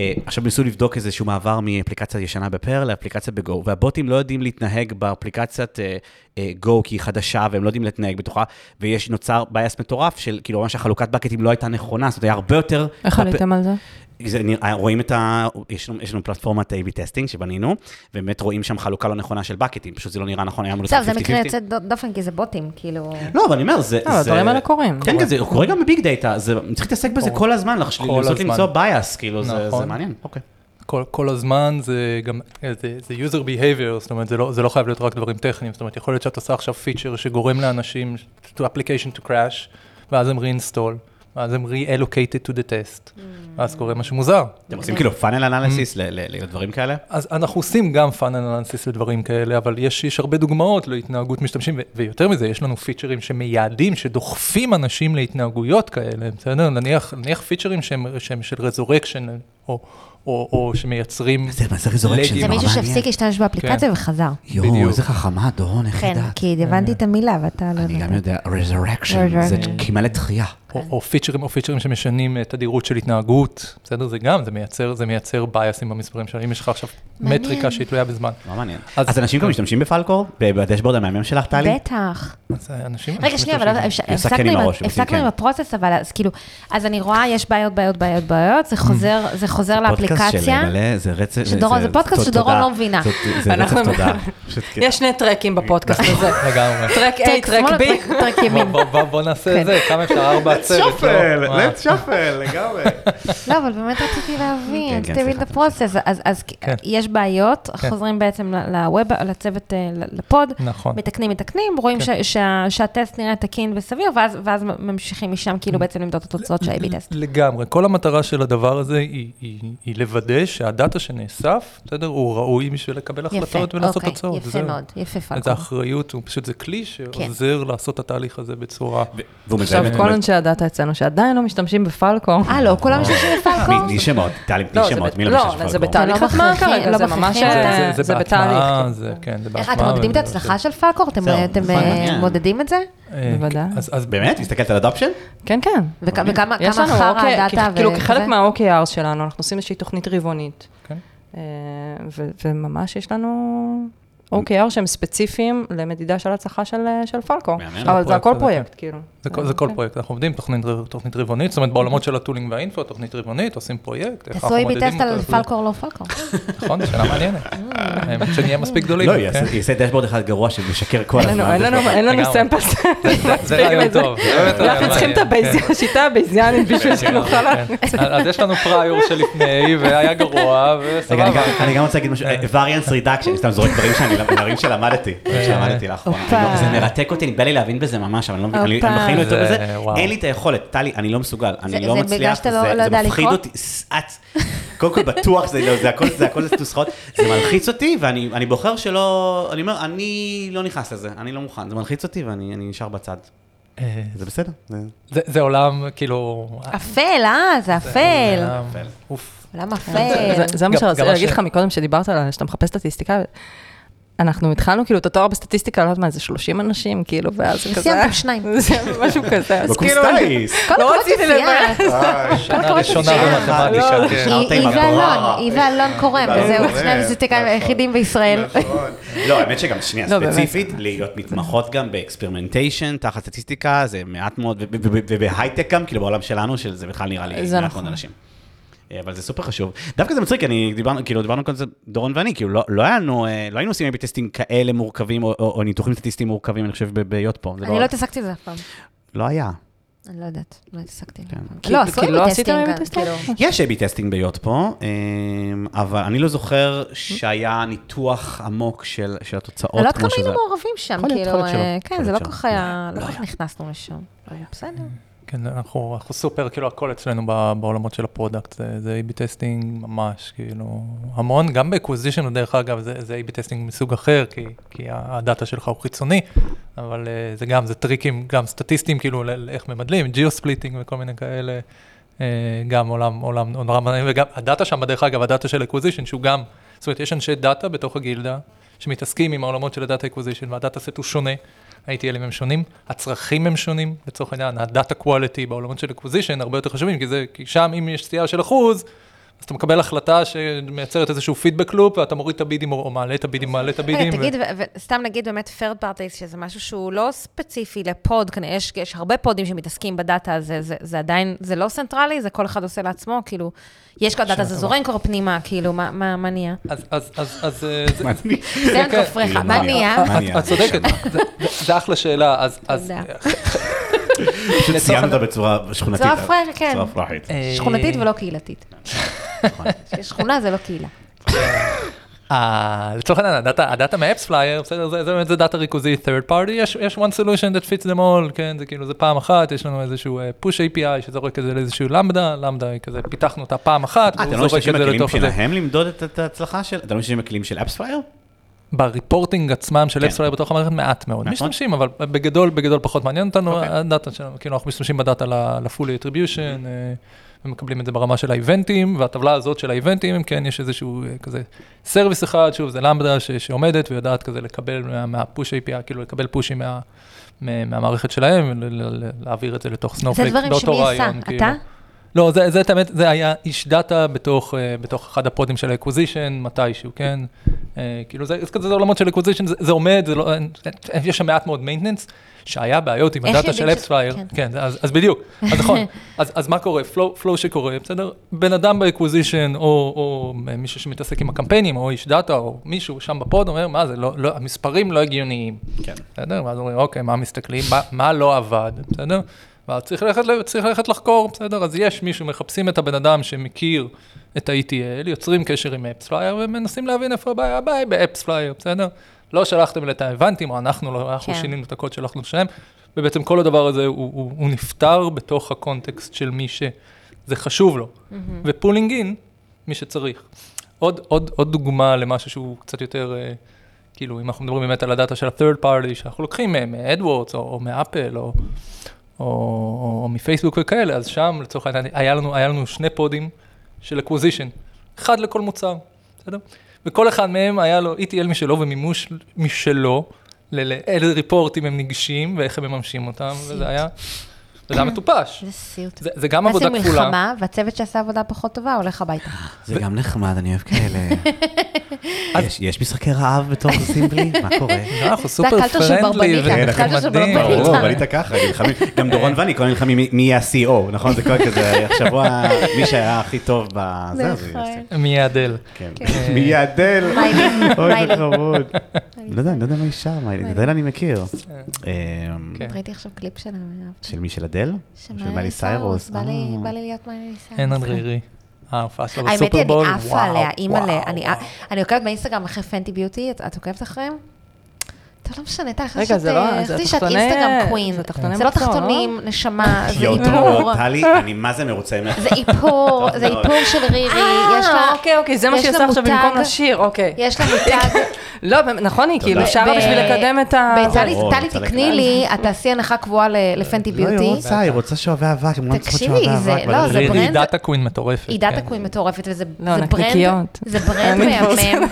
B: אה, עכשיו ניסו לבדוק איזשהו מעבר מאפליקציה ישנה בפר לאפליקציה בגו, והבוטים לא יודעים להתנהג באפליקציית אה, אה, גו, כי היא חדשה, והם לא יודעים להתנהג בתוכה, ויש, נוצר בייס מטורף של, כאילו, ממש החלוקת בקטים לא הייתה נכונה, זאת אומרת, היה הרבה יותר...
D: איך
B: בפ-
D: עליתם על זה?
B: זה, נראה- רואים את ה... יש לנו, יש לנו פלטפורמת A-B טסטינג שבנינו, ובאמת רואים שם חלוקה לא נכונה של בקטים, פשוט זה לא נראה נכון, היה אמור
C: בסדר,
B: לעשות
C: זה
B: 50-50.
C: מקרה יוצא דו- דופן, כי זה בוטים, כאילו...
B: לא, אבל אני אומר, זה...
D: לא, אבל
B: זה-
D: הדברים האלה קורים.
B: כן, כן, זה קורה גם בביג דאטה, זה- צריך להתעסק בזה כל הזמן, לחש-
E: כל
B: לנסות
E: הזמן.
B: למצוא bias, כאילו, זה
E: נכון.
B: זה מעניין. אוקיי.
E: כל, כל הזמן זה גם, זה, זה user behavior, זאת אומרת, זה לא, זה לא חייב להיות רק דברים טכניים, זאת אומרת, יכול להיות שאת עושה עכשיו פיצ'ר שגורם לאנשים, to application to crash, ואז הם reinstall, ואז הם re-allocated to the test, ואז קורה משהו מוזר.
B: אתם עושים כאילו פאנל אנליסיס לדברים כאלה?
E: אז אנחנו עושים גם fun analysis לדברים כאלה, אבל יש, יש הרבה דוגמאות להתנהגות משתמשים, ו- ויותר מזה, יש לנו פיצ'רים שמייעדים, שדוחפים אנשים להתנהגויות כאלה, בסדר? נניח, נניח פיצ'רים שהם, שהם של רזורקשן, או, או, או שמייצרים...
B: זה מה זה resurrection?
E: לגים.
C: זה
B: נורא
C: מישהו
B: מעניין.
C: שהפסיק להשתמש
B: כן.
C: באפליקציה וחזר.
B: יואו,
E: בדיוק.
B: איזה חכמה, דורון, איך
C: כן,
B: ידעת?
C: כי הבנתי את המילה ואתה לא
B: אני
C: יודע.
B: גם יודע, resurrection, זה כמעט תחייה.
E: או, או פיצ'רים, או פיצ'רים שמשנים אה, תדירות של התנהגות, בסדר? זה גם, זה מייצר, זה מייצר בייסים במספרים שלנו. אם יש לך עכשיו
C: מעניין.
E: מטריקה שהיא תלויה בזמן,
B: נורא מעניין.
E: אז-
B: אז אנשים גם משתמשים בפלקור? בדשבורד המהמם שלך, טלי?
C: בטח.
E: אז אה, אנשים...
C: רגע, שנייה, אבל לא-
E: משתמשים.
C: אפשר-
B: היא עושה כן
C: הפסקנו
B: עם
C: עם ה-
B: הראש, הם עושים
C: הפסקנו
B: כן.
C: עם הפרוצס, אבל אז כאילו, אז אני רואה, יש בעיות, בעיות, בעיות, בעיות, זה חוזר- זה חוזר
B: Mm. פודקאסט של
C: לאפליקציה.
B: מלא, זה רצף,
C: שדורון- זה פודקאסט
B: תודה.
C: שדורון לא מבינה.
B: זאת- זה רצף
D: אנחנו- *laughs*
B: תודה. פשוט כן.
D: יש שני טרקים בפודקאסט הזה.
C: *laughs*
E: לגמרי.
D: טרק A,
C: טרק
D: טרק
C: שמאלה,
D: B.
C: טרק- טרק
E: *laughs*
C: ימין.
E: בוא- בוא- בוא
C: כן.
E: נעשה את זה, כמה אפשר, ארבע
C: *laughs*
E: עצרת. לא? מה?
B: שפל, לגמרי.
C: לא, אבל באמת רציתי
B: כן,
C: להבין,
B: כן,
C: רציתי להבין את הפרוסס. אז- אז
E: כן.
C: יש בעיות, חוזרים בעצם ל- לווב, לצוות, אה, ל- לפוד,
E: נכון.
C: מתקנים, מתקנים, רואים ש- שה- שהטסט נראה תקין וסביר, ואז- ואז ממשיכים משם כאילו בעצם למדוד את התוצאות של A-B טסט.
E: לגמרי. כל המטרה של הדבר הזה היא- היא היא לוודא שהדאטה שנאסף, בסדר, הוא ראוי בשביל לקבל
C: יפה,
E: החלטות ולעשות
C: אוקיי,
E: תוצאות.
C: יפה
E: זהו.
C: מאוד, כן. יפה
E: איזה
C: פלקום.
E: אחריות, הוא פשוט זה כלי שעוזר לעשות את התהליך הזה בצורה...
B: והוא
D: עכשיו,
B: מזהה
D: כל
B: באמת-
D: אנשי הדאטה אצלנו שעדיין לא משתמשים בפלקום.
C: אה, לא, כולם משתמשים
B: מי-
C: בפלקום?
B: מי שמות, טלי, מי
D: לא, זה
B: שמות,
D: ב-
B: מי
D: לא,
B: למשל
D: אבל
B: שפל
D: זה
B: קור?
D: בתהליך
C: לא
D: הטמעה
C: מכריחים,
D: כרגע,
C: לא
D: זה ממש...
C: מכריחים אותם.
D: אה, זה בתהליך.
E: בהטמעה, זה, כן, זה
C: איך
E: בהטמעה.
C: אה, אתם מודדים את
E: וזה-
C: ההצלחה של פלקור? אתם
B: זהו,
C: אתם,
B: נכון,
C: אה,
B: מעניין.
C: מודדים את זה?
E: אה,
D: בוודאי.
E: אז, אז
B: באמת? מסתכלת על אדופשן?
D: כן, כן.
C: וכ- וכמה
D: יש
C: כמה
D: לנו
C: חרא
D: אוקיי,
C: הדאטה
D: כאילו
C: וכזה?
D: כחלק מה-OKR שלנו, אנחנו עושים איזושהי תוכנית רבעונית.
E: כן.
D: אה, ו- וממש יש לנו OKR שהם ספציפיים למדידה של הצלחה של אה, של פלקו.
B: מהמם.
D: אבל זה הכל
E: הפרויקט הזה,
D: פרויקט, כאילו.
E: זה, כל- זה כל
C: כן.
D: אוקיי.
E: פרויקט, אנחנו עובדים תוכנית, ר- תוכנית רבעונית, זאת אומרת בעולמות של הטולינג והאינפו, תוכנית רבעונית, עושים פרויקט, איך
C: תעשו
E: אנחנו
C: A-B
E: מודדים
C: טסט על
E: אותו,
C: פלקור, לא פלקור.
E: נכון, זו שאלה מעניינת, האמת שנהיה מספיק גדולים.
B: לא, היא
E: כן.
B: יעשה- היא יעשה דשבורד אחד גרוע שמשקר כל
D: אין לנו-
B: הזמן.
D: אין לנו- אין לנו
E: לגמרי.
D: סמפלס.
E: *laughs* כן. זה רעיון טוב. זה באמת רעיון
D: אנחנו לא צריכים את
E: מעניין. כן.
D: הבייז- השיטה
E: *laughs*
D: הבייזיאנית בשביל
E: כן,
D: שנוכל... לה-
E: כן. אז אז יש לנו פריור שלפני, והיה גרוע,
B: רגע, אני
E: וסבבה.
B: גם- אני גם רוצה להגיד משהו, אה, variance reduction, אני סתם זורק דברים שאני, לא- דברים שלמדתי,
E: אה.
B: דברים שלמדתי לאחרונה.
C: הופה.
B: אני לא- זה מרתק אותי, נדמה לי להבין בזה ממש, אבל אני לא- אני
C: הופה.
B: בחיים לא טוב בזה,
E: זה- וואו.
B: אין לי את היכולת, טלי, אני לא מסוגל,
C: זה-
B: אני לא
C: זה בגלל
B: מצליח,
C: שאתה
B: זה
C: לא- לא
B: זה
C: יודע
B: מפחיד
C: לקרוא?
B: אותי, ס- את- קודם כל בטוח, זה לא- זה הכל- זה הכל נוסחאות, זה מלחיץ אותי, ואני אני בוחר שלא, אני אומר, אני לא נכנס לזה, אני לא מוכן, זה מלחיץ אותי ואני אני נשאר בצד,
E: אה,
B: זה בסדר. זה-
E: זה- זה עולם, כאילו...
C: אפל, אה, זה אפל.
E: עולם-
B: אפל.
E: אוף.
C: למה אפל?
D: זה- זה מה
E: גם-
D: שרציתי
E: גם
D: להגיד
E: הש-
D: לך מקודם, שדיברת על שאתה מחפש סטטיסטיקה. אנחנו התחלנו כאילו את התואר בסטטיסטיקה, לא יודעת מה, זה 30 אנשים, כאילו, ואז זה כזה...
C: סיימתם שניים.
D: זה *laughs* משהו כזה, אז
B: בקורס
D: כאילו...
B: טייס.
C: כל אה?
D: לא
C: הכבוד
D: רציתי
C: שסיימת. *laughs*
E: אה, שנה
C: קורא
E: ראשונה
C: שנייה.
E: במתמטיקה,
D: לא.
E: כן.
C: היא
B: נשארת עם
C: היא
B: התואר.
C: ואלון, היא ואלון קורם,
B: ואלון
C: וזהו,
B: קורם,
C: שני הסטטיסטיקאים
B: נכון.
C: היחידים בישראל. *laughs*
B: לא, האמת שגם, שנייה,
D: לא, באמת.
B: ספציפית, להיות מתמחות גם באקספרימנטיישן, תחת סטטיסטיקה, זה מעט מאוד, וב- וב- ובהייטק גם, כאילו בעולם שלנו, שזה בכלל נראה לי
D: זה
B: מעט
D: נכון.
B: מאוד אנשים. אה, אבל זה סופר חשוב. דווקא זה מצחיק, אני דיברנו, כאילו, דיברנו כל זה, דורון ואני, כאילו, לא, לא היה לנו, אה, לא היינו עושים A-B טסטים כאלה מורכבים, או, או, או ניתוחים סטטיסטיים מורכבים, אני חושב, ב- בהיות פה. זה
C: *laughs* אני לא התעסקתי בזה אף פעם.
B: לא היה.
C: אני לא יודעת, לא התעסקתי.
B: כן.
D: כי-
C: לא, עשו
D: כי לא
C: לי
D: עשיתם
C: טסטים
D: A/B
C: גם,
D: טסטים?
C: כאילו.
B: יש A-B טסטינג ביות פה, אה, אבל אני לא זוכר שהיה ניתוח עמוק של, של התוצאות.
C: אני לא יודעת
B: כמו
C: כמה
B: שזה-
C: היינו מעורבים שם,
B: יכול להיות,
C: כאילו,
B: יכול להיות שלא.
C: אה,
B: יכול
C: כן, זה לא
B: להיות
C: כל כך
B: שלא.
C: היה,
B: לא
C: לא כל כך
B: היה.
C: נכנסנו לשם. אבל בסדר.
E: כן, אנחנו, אנחנו סופר, כאילו, הכל אצלנו ב- בעולמות של הפרודקט, זה, זה A-B טסטינג ממש, כאילו, המון, גם ב-Acquisition, דרך אגב, זה, זה A-B טסטינג מסוג אחר, כי, כי הדאטה שלך הוא חיצוני, אבל אה, זה גם, זה טריקים, גם סטטיסטיים, כאילו, ל- לאיך ממדלים, ג'יו-ספליטינג וכל מיני כאלה, אה, גם עולם, עולם נורא מעניין, וגם הדאטה שם, דרך אגב, הדאטה של Acquisition, שהוא גם, זאת אומרת, יש אנשי דאטה בתוך הגילדה, שמתעסקים עם העולמות של הדאטה אקוויזישן, והדאטה סט הוא שונה, ה-ATLים הם שונים, הצרכים הם שונים, לצורך העניין, הדאטה קואליטי בעולמות של אקוויזישן הרבה יותר חשובים, כי, זה, כי שם אם יש סטייה של אחוז, אז אתה מקבל החלטה שמייצרת איזשהו פידבק לופ, ואתה מוריד את הבידים או, או מעלה את הבידים, מעלה את
C: רגע,
E: הבידים.
C: תגיד, ו- וסתם נגיד באמת third parties, שזה משהו שהוא לא ספציפי לפוד, כנראה יש, יש הרבה פודים שמתעסקים בדאטה הזה, זה, זה עדיין, זה לא סנטרלי, זה כל אחד עושה לעצמו, כאילו, יש כבר דאטה, זה זורם כבר פנימה, כאילו, מה, מה, מה נהיה?
E: אז, אז, אז, אז אה, זה,
B: מה *laughs* אני-
C: זה
E: כן.
C: אין
E: כאילו,
C: כופריך, מה נהיה?
B: מה נהיה?
E: את צודקת, זה, זה, זה אחלה שאלה, אז... אז אה,
C: תודה.
B: פשוט ציינת בצורה אה, שכונתית.
C: צורה פראית, כן.
B: צורה פראית.
E: אה,
C: שכונתית ולא קהילתית.
B: נכון. אה,
C: יש שכונה זה לא קהילה.
E: אה, לצורך העניין, הדאטה, הדאטה מאפס פלייר, בסדר, זה, זה באמת זה דאטה ריכוזי third party, יש, יש one solution that fits them all, כן, זה כאילו, זה פעם אחת, יש לנו איזשהו אה, push API שזורק את זה לאיזשהו למדה, למדה היא כזה, פיתחנו אותה פעם אחת,
B: אתם לא
E: והוא זורק
B: משתמשים
E: את זה
B: בכלים
E: לתוך זה.
B: שלהם למדוד את את ההצלחה של... אתם לא משתמשים בכלים של אפספייר?
E: בריפורטינג עצמם של
B: כן.
E: אפס פלייר בתוך המערכת מעט מאוד
B: מעט
E: משתמשים, אבל בגדול, בגדול פחות מעניין אותנו,
B: אוקיי.
E: הדאטה שלנו, כאילו, אנחנו משתמשים בדאטה ל- ל-fully attribution, אה, ומקבלים את זה ברמה של האיבנטים, והטבלה הזאת של האיבנטים, כן, יש איזשהו אה, כזה סרוויס אחד, שוב, זה למדה ש- שעומדת ויודעת כזה לקבל מה- מהפוש API, כאילו לקבל פושים מה- מה- מהמערכת שלהם, ול- ל- להעביר את זה לתוך
C: זה
E: סנופליק,
C: דברים
E: באותו
C: שמי עשה,
E: רעיון, כאילו.
C: אתה?
E: לא, זה, זה, את האמת, זה היה איש דאטה בתוך, אה, בתוך אחד הפודים של האקוויזישן, מתישהו, כן? אה, כאילו, זה, זה כזה זה עולמות של אקוויזישן, זה, זה עומד, זה לא, אין- אין- יש שם מעט מאוד מיינטננס, שהיה בעיות עם
C: איך
E: הדאטה של
C: יודעים ש-
E: אפספייר.
C: כן.
E: כן, כן אז, אז בדיוק, אז
C: *laughs*
E: נכון. אז, אז מה קורה? פלואו פלו שקורה, בסדר? בן אדם באקוויזישן, או, או מישהו שמתעסק עם הקמפיינים, או איש דאטה, או מישהו שם בפוד, אומר, מה זה, לא, לא, המספרים לא הגיוניים.
B: כן.
E: בסדר? ואז אומרים, אוקיי, מה מסתכלים, מה, מה לא עבד, בסדר? ואז צריך ללכת, ל- צריך ללכת לחקור, בסדר? אז יש מישהו, מחפשים את הבן אדם שמכיר את ה-ETL, יוצרים קשר עם אפספלייר ומנסים להבין איפה הבעיה, הבעיה היא באפספלייר, בסדר? לא שלחתם לי את האבנטים, או אנחנו לא, אנחנו
C: כן.
E: שינינו את הקוד שלחנו לשם, ובעצם כל הדבר הזה הוא, הוא, הוא נפתר בתוך הקונטקסט של מי שזה חשוב לו,
C: Mm-hmm.
E: ופולינג אין, מי שצריך. עוד, עוד, עוד דוגמה למשהו שהוא קצת יותר... אה, כאילו, אם אנחנו מדברים באמת על הדאטה של ה-third party, שאנחנו לוקחים אה, מאדוורדס או, או מאפל או, או, או, או מפייסבוק וכאלה, אז שם לצורך העניין היה לנו, היה לנו שני פודים של acquisition, אחד לכל מוצר, בסדר? וכל אחד מהם היה לו ETL משלו ומימוש משלו, ל- לאיזה ריפורטים הם ניגשים ואיך הם מממשים אותם, וזה היה, וזה היה מטופש.
C: זה סיוט.
E: זה, זה גם עבודה
C: עשינו
E: כפולה.
C: מלחמה, והצוות שעשה עבודה פחות טובה הולך הביתה.
B: זה גם נחמד, אני אוהב *laughs* כאלה. יש- יש משחקי רעב בתור סימפלי? מה קורה?
E: לא, אנחנו סופר
C: הקלטר של
E: פרנדלי,
C: ברבנית,
E: ואנחנו
C: הקלטר של
E: מדהים.
C: ברבנית.
B: כן, ברור, בנית ככה, נלחמים. גם דורון ואני כל הזמן נלחמים מי- מי יהיה ה-CO, נכון? זה כל כזה, עכשיו מי שהיה הכי טוב בזה, אז הוא יעשה.
E: מי יעדל?
B: נכון. כן. מי יעדל?
C: מיילי,
B: אוי,
C: מיילי.
B: זה חמוד. לא יודע, אני לא יודע מה היא שרה, מה היא- את אדל אני מכיר. אמ,
E: כן.
C: ראיתי עכשיו קליפ שלה, אהבתי.
B: של מי? של אדל? או של מאלי סיירוס?
C: בא לי-
B: אה.
C: בא לי להיות מיילי סיירוס.
E: אין אנרירי. ההופעה שלה
C: האמת היא,
E: בסופרבול,
C: אני
E: וואו.
C: עפה עליה, אימא'לה,
E: וואו,
C: אני-
E: וואו.
C: אני עוקבת באינסטגרם אחרי פנטי ביוטי, את את עוקבת אחריהם? טוב, לא משנה, אתה חשבתי
D: רגע, זה לא- זה
C: שאת אה,
D: תחתוני-
C: אינסטגרם קווין.
D: זה תחתוני
C: זה לא
D: מחזור, לא?
C: תחתונים, נשמה, זה
B: יואו,
C: איפור.
B: דרור,
C: *laughs*
B: טלי, אני מה זה מרוצה ממך.
C: זה איפור,
B: טוב
C: זה
B: מאוד.
C: איפור של רירי, יש לה...
D: אה, אוקיי, אוקיי, זה מה
C: יש
D: שהיא
C: לה
D: עושה עכשיו
C: מותג-
D: במקום לשיר, אוקיי.
C: יש לה מותג
D: לא, באמת, נכון, היא כאילו שרה
C: ב-
D: בשביל לקדם את ה... אה,
C: ב- טלי-
B: ברור,
C: טלי,
B: רוצה
C: תקני
B: לקדם.
C: לי, את תעשי הנחה קבועה ל- לפנטי
B: לא, היא
C: ביוטי.
B: רוצה, היא רוצה שאוהבי אבק, הם לא צריכות
C: תקשיבי,
B: שאוהבי
C: זה-
B: אבק.
C: לא,
B: אבל
C: זה
E: היא- היא
C: ברנד-
E: דאטה קווין מטורפת.
C: היא דאטה
E: כן.
C: קווין מטורפת, וזה
D: לא,
C: זה ברנד,
D: נקניקיות.
C: זה ברנד
D: אני כבר עושה
C: מהמם.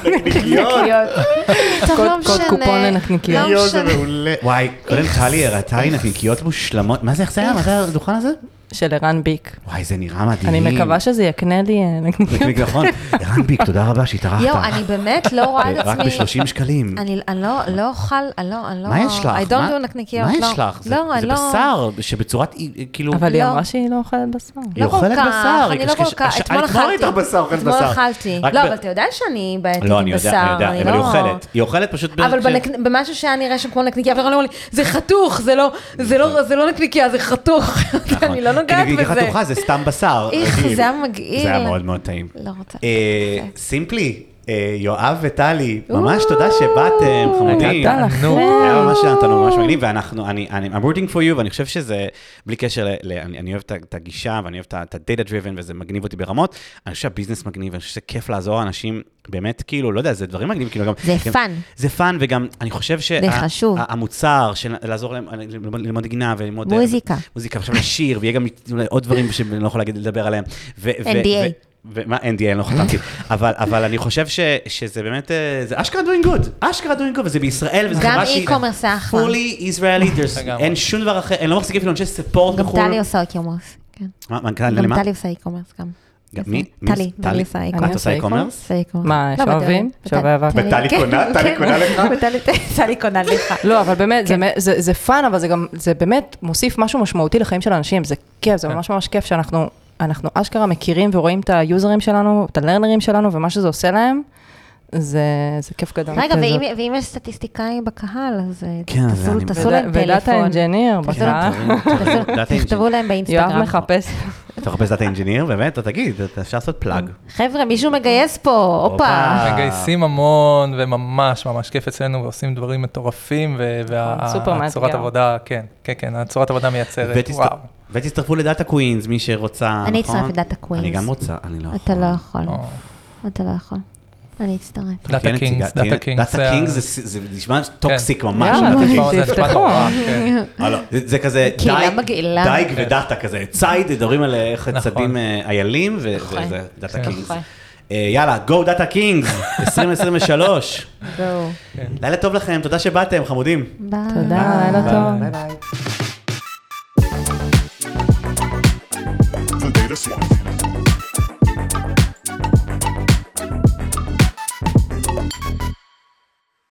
C: טוב, לא
D: קוד- קוד
C: משנה.
D: קופון לנקניקיות.
C: לא
B: יואו, זה
C: משנה.
B: מעולה. וואי, קודם טלי הראתה לי נקניקיות מושלמות. מה זה, איך זה היה? מה זה הדוכן הזה?
D: של ערן ביק.
B: וואי, זה נראה מדהים.
D: אני מקווה שזה יקנה לי... אה, נקניקיות. *laughs*
B: נקניק, נכון. ערן ביק, תודה רבה שהתארחת.
C: יואו, אני באמת לא רואה את
B: רק
C: עצמי.
B: ב-30 שקלים.
C: אני אני לא לא אוכל, אני לא, אני לא...
B: מה יש לך?
C: I
B: מה-
C: don't do נקניקיות,
B: מה
C: לא.
B: יש לך? זה
C: לא, אני
B: זה
C: לא-
B: בשר שבצורת, אה, כאילו...
D: אבל היא
C: לא.
D: אמרה שהיא לא אוכלת בשר.
B: היא
C: לא כל
B: אוכלת
C: כך,
B: בשר, היא
C: אני לא כל
B: קשקש-
C: כך,
B: אה, אתמול
C: אתמול אכלתי.
B: הייתה בשר, אוכלת
C: אתמול
B: בשר.
C: אכלתי.
B: רק
C: לא,
B: ב-
C: אבל אתה יודע שאני בעייתית
B: לא, אני
C: עם
B: יודע,
C: בשר.
B: אני יודע, אבל היא
C: לא-
B: אוכלת. כן. היא אוכלת פשוט...
C: אבל
B: ב-
C: בנק- במשהו שהיה נראה שם כמו נקניקיה, אבל אמרו לי, זה חתוך, זה לא- זה לא- זה לא נקניקיה, זה חתוך. *laughs*
B: נכון.
C: אני לא נוגעת
B: כי נקניקה
C: בזה.
B: חתוכה זה סתם בשר.
C: איך,
B: רגיל.
C: זה היה מגעיל.
B: זה היה מאוד מאוד טעים.
C: לא רוצה.
B: אה, סימפלי, אה, יואב וטלי, ממש תודה שבאתם, חמודים.
D: תודה לכם.
B: היה ממש, אתה ממש מגניב, ואנחנו, אני, אני, I'm rooting for you, ואני חושב שזה, בלי קשר, ל, ל, אני, אני אוהב את ה- את הגישה, ואני אוהב את ה- את ה-data driven, וזה מגניב אותי ברמות. אני חושב שהביזנס מגניב, אני חושב שזה כיף לעזור לאנשים, באמת, כאילו, לא יודע, זה דברים מגניבים, כאילו גם...
C: זה
B: גם-
C: fun.
B: זה פאן, וגם, אני חושב שה...
C: זה חשוב.
B: ה- המוצר של לעזור להם, אה, ללמוד ללמוד נגינה וללמוד... אה,
C: מוזיקה.
B: מוזיקה, עכשיו לשיר, ויהיה גם אולי עוד דברים שאני לא יכול להגיד, לדבר עליהם. ו- ו-
C: NDA.
B: ו- ומה, NDA, אני לא חתמתי, אבל, אבל אני חושב ש, שזה באמת, אה, זה אשכרה doing good, אשכרה doing good, וזה בישראל, וזה
C: גם
B: חברה שהיא
C: e-commerce היה אחלה.
B: fully Israeli, there's-
E: לגמרי.
B: אין שום דבר אחר, הם לא מחזיקים אפילו אנשי ספורט
C: גם
B: בחו"ל.
C: טלי עושה אי-קומרס. כן.
B: מה, מה, כאן,
C: גם
B: למה?
C: טלי עושה אי-קומרס גם.
B: גם מי? מי
C: טלי,
B: עושה-
C: טלי עושה
B: את
C: אי-קומרס.
B: עושה
D: אני עושה
B: אי-קומרס?
C: עושה אי-קומרס.
D: מה,
C: לא,
D: שואבים?
C: בטלי-
D: שואבה אבק.
C: בטלי-
B: וטלי
C: כן,
B: קונה? טלי
C: כן.
B: קונה לך?
C: וטלי- טלי קונה לך.
D: לא, אבל באמת, זה מ- זה זה פאן, אבל זה גם, זה באמת מוסיף משהו משמעותי לחיים של אנשים, זה כיף, זה ממש ממש כיף שאנחנו, אנחנו אשכרה מכירים ורואים את היוזרים שלנו, את הלרנרים שלנו, ומה שזה עושה להם, זה זה כיף גדול.
C: רגע,
D: כן, זה-
C: ואם- ואם יש סטטיסטיקאים בקהל, אז אה,
B: כן, זה
C: תעשו-
B: אני-
C: תעשו להם
D: וד- ודאטה
C: טלפון. כן.
D: אנג'יניר,
C: תעשו להם-
D: בקהל.
C: תעשו-
B: *laughs*
C: תכתבו להם
D: יואב
C: באינסטגרם.
D: מחפש.
B: אתה מחפש דאטה אינג'יניר, באמת, אתה תגיד, אתה- אפשר לעשות פלאג.
E: *laughs*
C: חבר'ה, מישהו מגייס פה, הופה.
B: הופה.
E: מגייסים המון, וממש ממש כיף אצלנו, ועושים דברים מטורפים,
D: נכון, סופר
E: והצורת
D: מאתגר.
E: עבודה, כן, כן, כן, הצורת עבודה מייצרת,
B: ותצט-
E: וואו.
B: ותצטרפו לדאטה קווינס, מי שרוצה, נכון?
C: אני אצטרף לדאטה קווינס.
B: אני גם רוצה, אני לא יכול.
C: אתה לא יכול,
E: או,
C: אתה לא יכול. אני אצטרף.
E: דאטה
B: כן,
E: קינגס,
B: תהיה-
E: דאטה קינגס.
B: דאטה
E: ה-
B: קינגס זה- זה נשמע טוקסיק
E: אה, כן.
B: ממש.
D: יאללה,
B: דאטה
E: זה
B: קינגס.
E: נשמע- זה נשמע
C: *laughs*
D: תפתחו.
E: נורא, כן.
B: אה, לא, זה זה כזה
C: קהילה
B: דייג,
C: מגעילה.
B: דייג ודאטה כזה, ציד, מדברים על איך
E: נכון.
B: צדים אה, איילים, ו-
D: נכון.
B: וזה דאטה
E: כן.
B: קינגס.
D: נכון.
B: אה, יאללה, go דאטה קינגס, *laughs* 2023.
C: זהו.
B: לילה טוב לכם, תודה שבאתם, חמודים.
C: ביי.
D: תודה, אה, לילה טוב.
B: ביי ביי.